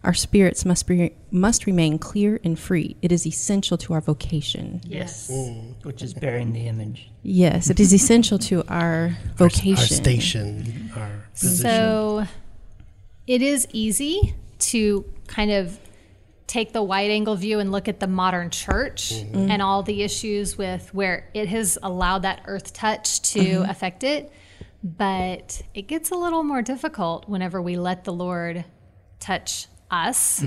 S4: our spirits must be must remain clear and free. It is essential to our vocation.
S1: Yes. Which is bearing the image.
S4: Yes, it is essential to our
S3: Our-
S4: vocation.
S3: Our station.
S1: Mm-hmm.
S3: Our position.
S2: So it is easy to kind of take the wide angle view and look at the modern church and all the issues with where it has allowed that earth touch to affect it. But it gets a little more difficult whenever we let the Lord touch us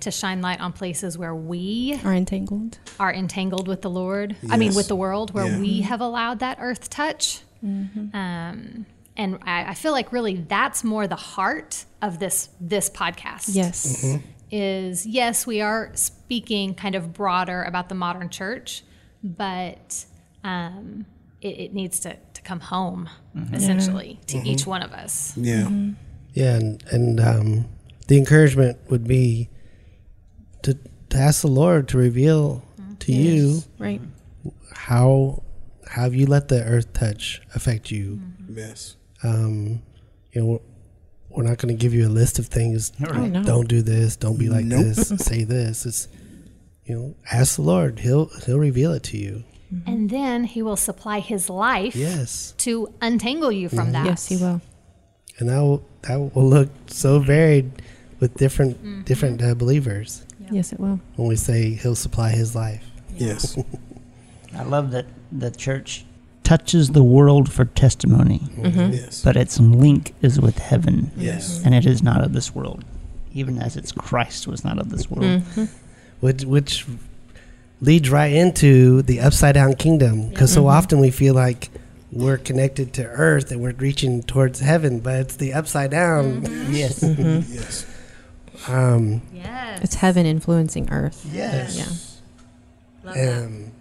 S2: to shine light on places where we
S4: Are entangled.
S2: are entangled with the Lord. I mean,
S5: Yes.
S2: with the world, where
S5: Yeah.
S2: we have allowed that earth touch.
S4: Mm-hmm.
S2: Um, and I, I feel like really that's more the heart of this this podcast.
S4: Yes.
S2: Is yes, we are speaking kind of broader about the modern church, but um, it, it needs to, to come
S5: Mm-hmm.
S2: home essentially to each one of us.
S4: Mm-hmm.
S5: Yeah.
S3: Yeah, and, and um, the encouragement would be to, to ask the Lord to reveal
S1: Mm-hmm.
S3: to you
S4: right?
S3: how how have you let the earth touch affect you.
S5: Mm-hmm. Yes.
S3: Um, you know, we're, we're not going to give you a list of things.
S4: Right. no.
S3: Don't do this. Don't be like
S5: Nope.
S3: this. Say this. It's you know, ask the Lord. He'll he'll reveal it to you.
S8: And then he will supply his life
S3: Yes,
S8: to untangle you from that.
S4: Yes, he will.
S3: and that will that will look so varied with different different uh, believers
S2: Yes, it will.
S3: when we say He'll supply His life.
S5: Yes.
S1: I love that the church touches the world for testimony,
S4: Mm-hmm.
S5: Yes.
S1: but its link is with heaven,
S5: Yes.
S1: and it is not of this world, even as its Christ was not of this world.
S3: which which leads right into the upside down kingdom because so often we feel like we're connected to earth and we're reaching towards heaven but it's the upside down
S1: Yes.
S5: Yes.
S3: um,
S8: Yes.
S2: It's heaven influencing earth.
S3: yes
S2: Yeah.
S3: um,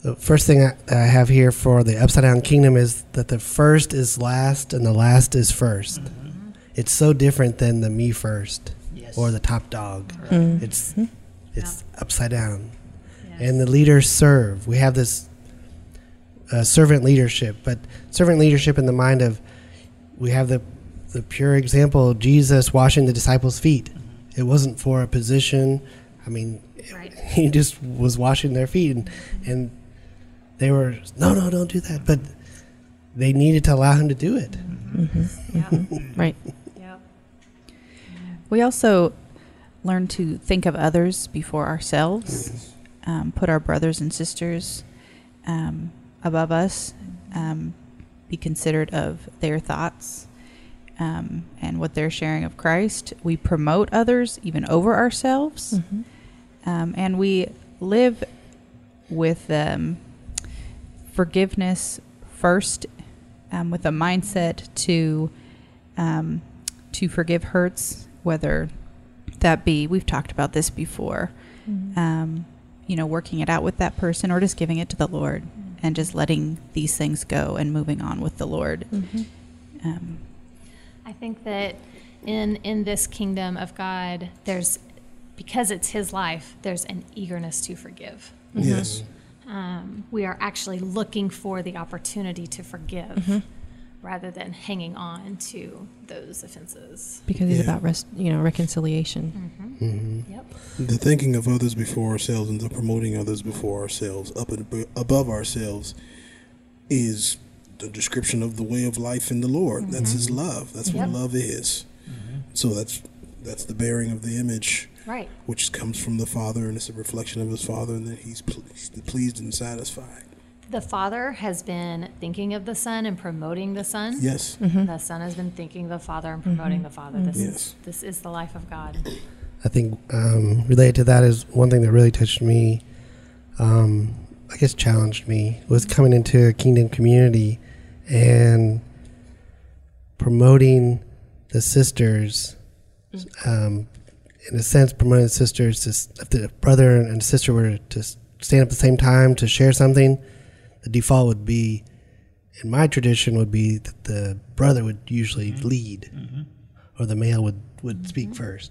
S3: the first thing I, I have here for the upside down kingdom is that the first is last and the last is 1st it's so different than the me first
S1: Yes.
S3: or the top dog.
S4: Mm-hmm.
S3: It's it's upside down, and the leaders serve. We have this uh, servant leadership, but servant leadership in the mind of we have the the pure example of Jesus washing the disciples' feet. It wasn't for a position. I mean, it-
S8: Right.
S3: he just was washing their feet, and and they were no, no, don't do that. But they needed to allow him to do it.
S4: Right.
S7: We also learn to think of others before
S5: Mm-hmm.
S7: ourselves, um, put our brothers and sisters um, above us, um, be considerate of their thoughts um, and what they're sharing of Christ. We promote others even over ourselves, um, and we live with um, forgiveness first, um, with a mindset to um, to forgive hurts, whether that be we've talked about this before, um, you know, working it out with that person or just giving it to the Lord and just letting these things go and moving on with the Lord. Um,
S8: I think that in in this kingdom of God, there's because it's His life, there's an eagerness to forgive.
S4: Mm-hmm.
S5: Yes.
S8: Um, we are actually looking for the opportunity to forgive rather than hanging on to those offenses.
S2: Because he's
S5: Yeah.
S2: about rest, you know, reconciliation.
S5: Mm-hmm.
S8: Yep.
S5: The thinking of others before ourselves and the promoting others before ourselves, up and ab- above ourselves, is the description of the way of life in the Lord. That's His love. That's
S8: Mm-hmm. Yep.
S5: what love is. So that's that's the bearing of the image,
S8: Right.
S5: which comes from the Father, and it's a reflection of His Father, and that He's pleased, pleased and satisfied.
S8: The Father has been thinking of the Son and promoting the Son.
S5: Yes.
S8: The Son has been thinking of the Father and promoting the Father. This
S5: Yes.
S8: is this is the life of God.
S3: I think um, related to that is one thing that really touched me, um, I guess challenged me, was coming into a kingdom community and promoting the sisters, um, in a sense, promoting the sisters to, s- if the brother and sister were to s- stand up at the same time to share something, the default would be, in my tradition, would be that the brother would usually lead or the male would, would speak 1st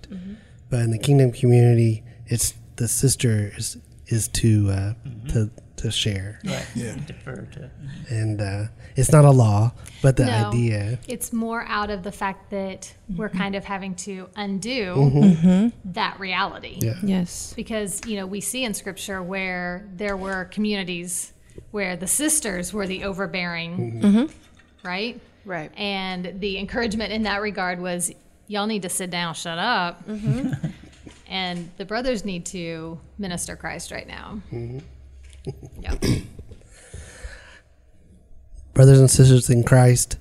S3: but in the kingdom community, it's the sister is is to uh, to to share,
S5: Yeah.
S1: Defer to.
S3: and uh, it's not a law, but the
S8: No.
S3: idea.
S8: It's more out of the fact that we're kind of having to undo that reality.
S3: Yeah.
S2: Yes.
S8: Because, you know, we see in scripture where there were communities where the sisters were the overbearing, right?
S7: right.
S8: And the encouragement in that regard was y'all need to sit down, shut up. and the brothers need to minister Christ right now. Yep.
S3: brothers and sisters in Christ,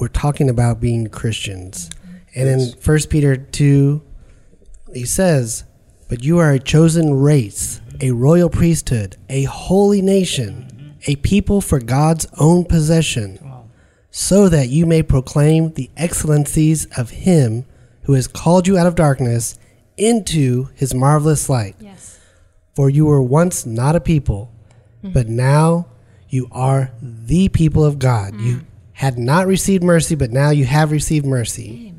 S3: we're talking about being Christians. And in 1 Peter 2, he says, But you are a chosen race, a royal priesthood, a holy nation, a people for God's own possession, so that you may proclaim the excellencies of Him who has called you out of darkness into His marvelous light.
S8: Yes.
S3: For you were once not a people, but now you are the people of God. You had not received mercy, but now you have received mercy.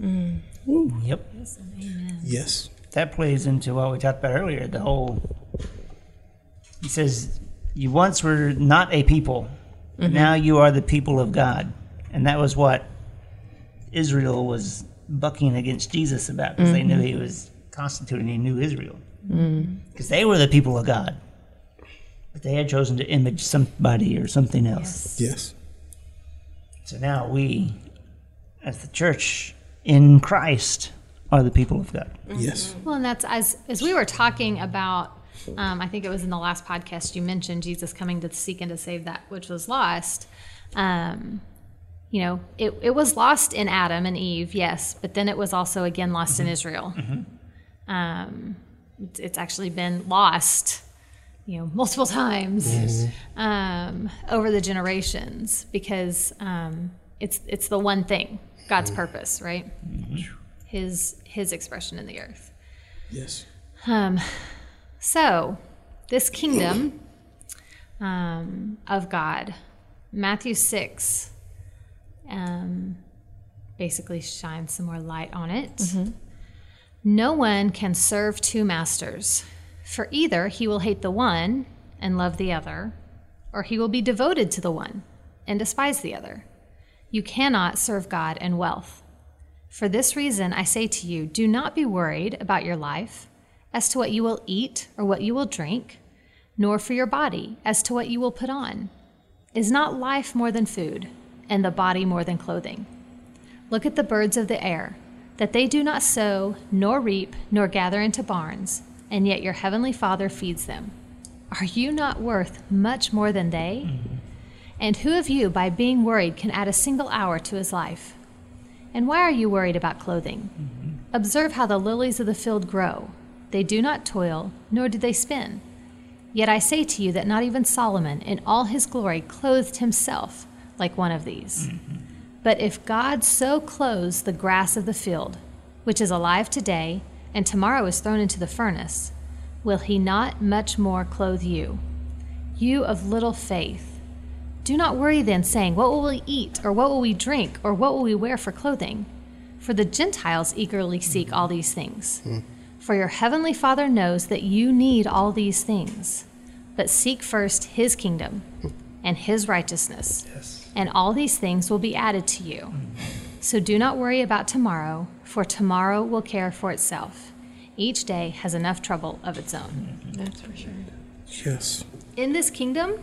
S8: Amen.
S1: Yep.
S5: Yes.
S1: That plays into what we talked about earlier the whole. He says, You once were not a people, but now you are the people of God. And that was what Israel was bucking against Jesus about because they knew he was constituting a new Israel. Because they were the people of God. But they had chosen to image somebody or something else.
S5: Yes.
S1: So now we, as the church in Christ, are the people of God.
S8: Mm-hmm.
S5: Yes.
S2: Well, and that's as as we were talking about. Um, I think it was in the last podcast you mentioned Jesus coming to seek and to save that which was lost. Um, you know, it, it was lost in Adam and Eve, yes, but then it was also again lost in Israel. Um, it's, it's actually been lost, you know, multiple times um, over the generations because um, it's it's the one thing, God's purpose, right? His His expression in the earth.
S5: Yes.
S2: Um, so, this kingdom um, of God, Matthew 6, um, basically shines some more light on it. No one can serve two masters, for either he will hate the one and love the other, or he will be devoted to the one and despise the other. You cannot serve God and wealth. For this reason, I say to you, do not be worried about your life as to what you will eat or what you will drink, nor for your body as to what you will put on. Is not life more than food, and the body more than clothing? Look at the birds of the air, that they do not sow, nor reap, nor gather into barns, and yet your heavenly Father feeds them. Are you not worth much more than they? And who of you, by being worried, can add a single hour to his life? And why are you worried about clothing? Observe how the lilies of the field grow. They do not toil, nor do they spin. Yet I say to you that not even Solomon, in all his glory, clothed himself like one of these. But if God so clothes the grass of the field, which is alive today, and tomorrow is thrown into the furnace, will he not much more clothe you, you of little faith? Do not worry then, saying, What will we eat, or what will we drink, or what will we wear for clothing? For the Gentiles eagerly seek all these things. For your heavenly Father knows that you need all these things. But seek first his kingdom and his righteousness, and all these things will be added to you. So do not worry about tomorrow, for tomorrow will care for itself. Each day has enough trouble of its own
S7: That's for sure.
S5: Yes.
S2: in this kingdom,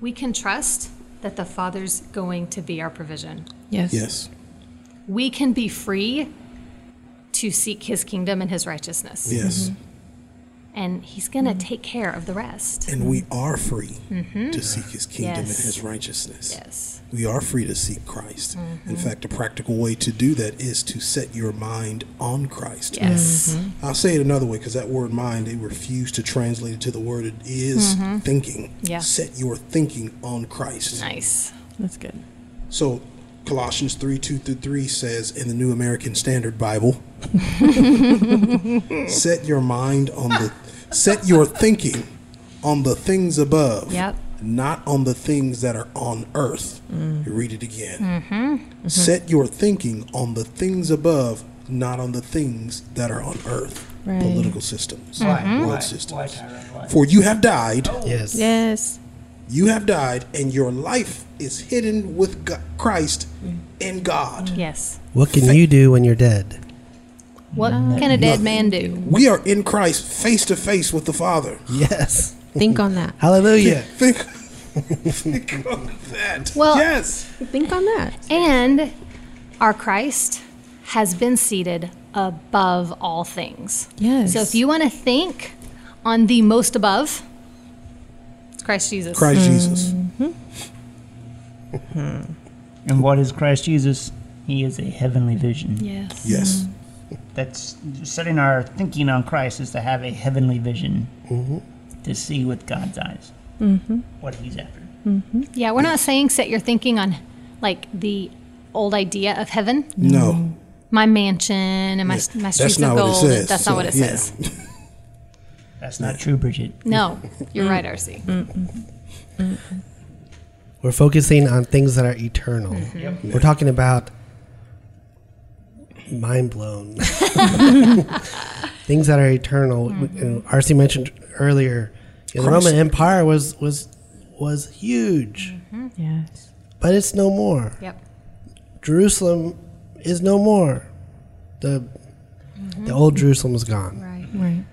S2: we can trust that the Father's going to be our provision.
S7: Yes.
S5: Yes.
S2: We can be free to seek His kingdom and His righteousness,
S5: Yes.
S2: and He's going to take care of the rest.
S5: And we are free to seek his kingdom
S2: Mm-hmm. Yes.
S5: and his righteousness.
S2: Yes. Mm-hmm.
S5: We are free to seek Christ. In fact, a practical way to do that is to set your mind on Christ. Mm-hmm.
S2: Yes.
S5: I'll say it another way because that word mind, they refuse to translate it to the word it is thinking.
S2: Mm-hmm. Yeah.
S5: Set your thinking on Christ.
S2: Nice.
S4: That's good.
S5: So Colossians 3 2 through 3 says in the New American Standard Bible, set your mind on the, set your thinking on the things above,
S2: Yep.
S5: not on the things that are on earth. You read it again. Set your thinking on the things above, not on the things that are on earth.
S7: Right.
S5: Political systems,
S1: Why?
S5: world
S1: Why? Why,
S5: systems.
S1: Tyra? Why?
S5: For you have died.
S3: Yes.
S7: Yes.
S5: You have died, and your life is hidden with Go- Christ in God.
S2: Yes.
S3: What can you do when you're dead?
S2: What can a dead man do?
S5: We are in Christ, face to face with the Father.
S3: Yes.
S7: Think on that.
S3: Hallelujah.
S5: Think, think of that.
S2: Well-
S5: yes,
S7: Think on that.
S2: And our Christ has been seated above all things.
S4: Yes.
S2: So if you want to think on the most above, it's Christ Jesus.
S5: Christ Jesus.
S1: And what is Christ Jesus? He is a heavenly vision.
S2: Yes.
S5: Yes,
S1: That's setting our thinking on Christ is to have a heavenly vision to see with God's eyes what He's after.
S2: Yeah, we're not saying set your thinking on like the old idea of heaven,
S5: no,
S2: Hmm. my mansion and my,
S5: Yeah,
S2: my
S5: that's
S2: streets
S5: not
S2: of
S5: what it
S2: gold.
S5: says,
S2: That's
S5: so,
S2: not what it
S5: yeah.
S2: says.
S1: That's not true, Bridget.
S2: No, you're right, RC.
S3: We're focusing on things that are eternal. We're talking about mind blown. Things that are eternal. You know, RC mentioned earlier, you know, the
S5: Christ.
S3: Roman Empire was was was huge,
S2: Yes.
S3: but it's no more.
S8: Yep.
S3: Jerusalem is no more. The the old Jerusalem is gone.
S8: Mm-hmm. Right.
S2: Right.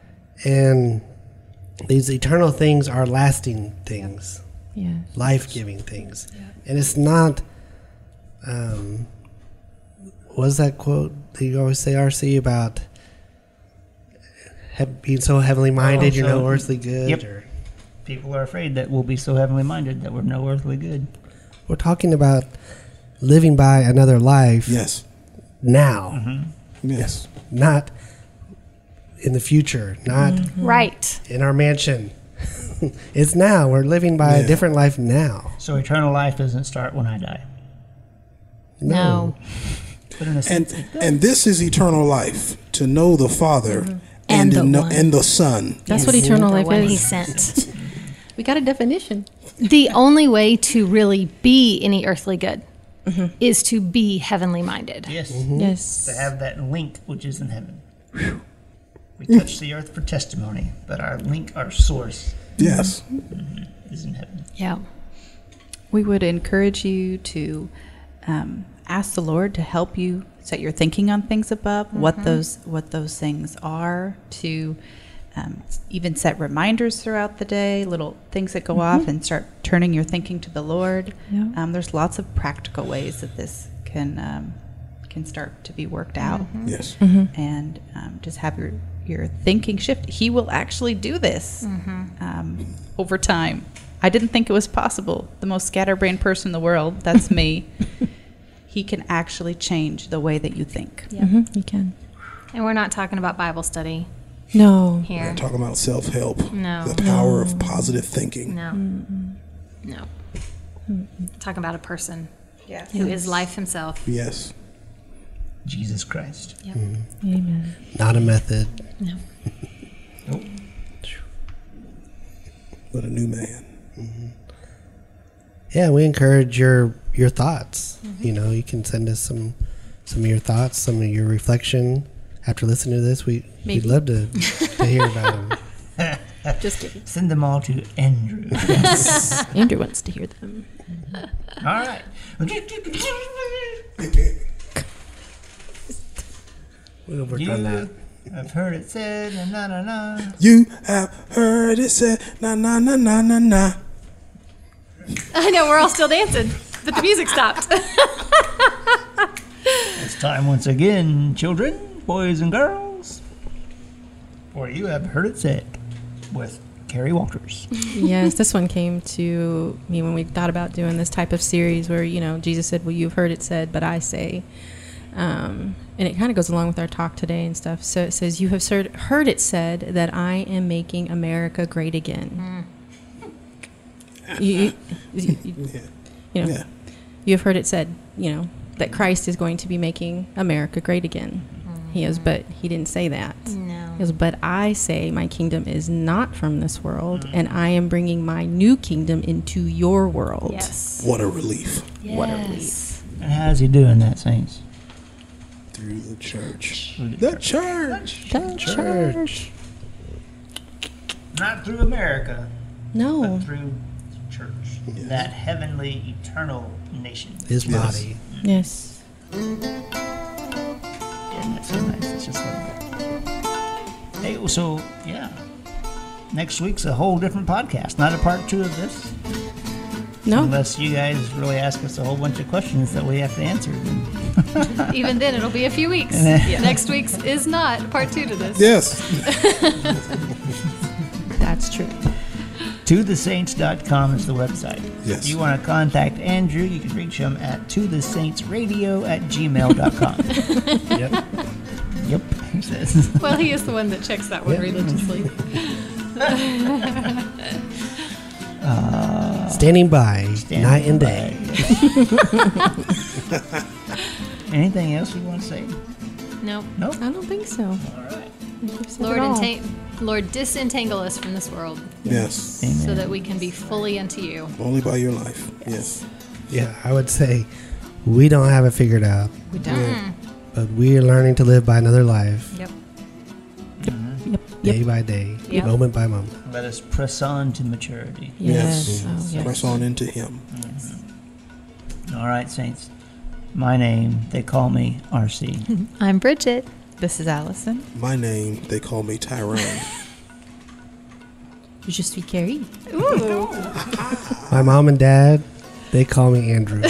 S3: And these eternal things are lasting things,
S2: Yes.
S3: life giving things. And it's not um was that quote that you always say RC about he- being so heavenly minded, you're
S1: Oh, so-
S3: no earthly good
S1: yep.
S3: or
S1: People are afraid that we'll be so heavenly minded that we're no earthly good.
S3: we're talking about living by another life
S5: Yes.
S3: now.
S1: Mm-hmm.
S5: Yes.
S3: not in the future, not
S8: Right.
S3: in our mansion. it's now. We're living by a
S5: Yeah.
S3: different life now.
S1: So eternal life doesn't start when I die.
S8: No.
S1: But in a sense,
S5: And and this is eternal life to know the Father
S2: Hmm.
S5: and
S4: And
S5: the
S4: the
S5: no,
S4: one.
S5: and the Son.
S4: That's what eternal
S8: The
S4: life
S8: one he
S4: is.
S8: sent.
S4: We got a definition.
S8: the only way to really be any earthly good
S4: Mm-hmm.
S8: is to be heavenly minded.
S1: yes,
S4: Yes.
S1: to have that link which is in heaven. We touch the earth for testimony, but our link, our source,
S5: Yes.
S2: Hmm.
S1: is in heaven.
S8: Yeah.
S7: We would encourage you to um, ask the Lord to help you set your thinking on things above, what those what those things are, to um, even set reminders throughout the day, little things that go off, and start turning your thinking to the Lord.
S2: Yeah.
S7: Um, there's lots of practical ways that this can um, can start to be worked out,
S5: Yes.
S7: and um, just have your your thinking shift. He will actually do this um, over time. I didn't think it was possible. The most scatterbrained person in the world, that's me. he can actually change the way that you think.
S2: hmm You can.
S8: And we're not talking about Bible study
S2: No.
S5: We're
S8: here.
S5: not talking about self help.
S2: Hmm.
S8: No.
S5: The power of positive thinking.
S8: No. No. Talking about a person who is life
S2: Hmm.
S8: himself.
S5: Yes.
S1: Jesus Christ.
S2: Amen.
S3: Not a method,
S5: But a new man.
S3: yeah we encourage your your thoughts you know you can send us some some of your thoughts some of your reflection after listening to this we we'd love to, to hear about them
S1: Send them all to Andrew.
S2: Andrew wants to hear them.
S1: all right.
S3: we'll work on that
S1: You have heard it said, na na na. na.
S5: You have heard it said na na na na na na.
S8: I know we're all still dancing, but the music stopped.
S1: It's time once again, children, boys, and girls, for you have heard it said with Carrie Walters.
S4: yes, this one came to me when we thought about doing this type of series where, you know, Jesus said, Well, you've heard it said, but I say. Um, and it kind of goes along with our talk today and stuff. So it says, You have ser- heard it said that I am making America great again. You, you, you,
S5: Yeah.
S4: you know,
S5: Yeah.
S4: you have heard it said, you know, that
S8: Mm-hmm.
S4: Christ is going to be making America great again. He is, but he didn't say that.
S8: Mm-hmm. no.
S4: He goes, But I say my kingdom is not from this world,
S8: Mm-hmm.
S4: and I am bringing my new kingdom into your world.
S8: Yes.
S5: What a relief.
S8: What a relief.
S1: And how's he doing that, Saints?
S5: Through the church. The church.
S3: church
S1: Not through America,
S4: No.
S1: but through church. That heavenly, eternal nation.
S3: his
S5: Yes.
S3: body
S4: Yes.
S1: And that's so nice. It's just like Hey, so, yeah. Next week's a whole different podcast, not a part two of this.
S4: No.
S1: Oh. Unless you guys really ask us a whole bunch of questions that we have to answer. then-
S8: Even then, it'll be a few weeks. Next week's is not part two to this.
S5: Yes.
S4: That's true.
S1: ToTheSaints.com is the website.
S5: Yes.
S1: If you want to contact Andrew, you can reach him at ToTheSaintsRadio at gmail.com. yep. Yep, he says.
S8: Well, he is the one that checks that one religiously.
S3: standing by night and day
S1: Anything else you want to say?
S8: Nope.
S1: Nope.
S4: I don't think so.
S1: All right.
S8: Lord,
S4: all.
S8: entang- Lord, disentangle us from this world
S5: Yes.
S8: so that we can be fully unto you.
S5: Only by your life. Yes.
S3: yeah i would say we don't have it figured out
S4: We don't.
S3: but we are learning to live by another life,
S8: Yep.
S3: day by day,
S8: Yep.
S3: moment by moment.
S1: Let us press on to maturity.
S4: Yes.
S5: Yes.
S4: Oh, yes.
S5: Press on into him.
S1: All right, saints. My name, they call me RC.
S8: I'm Bridget.
S7: This is Allison.
S5: My name, they call me Tyrone.
S4: Je suis Carrie.
S3: My mom and dad, they call me Andrew.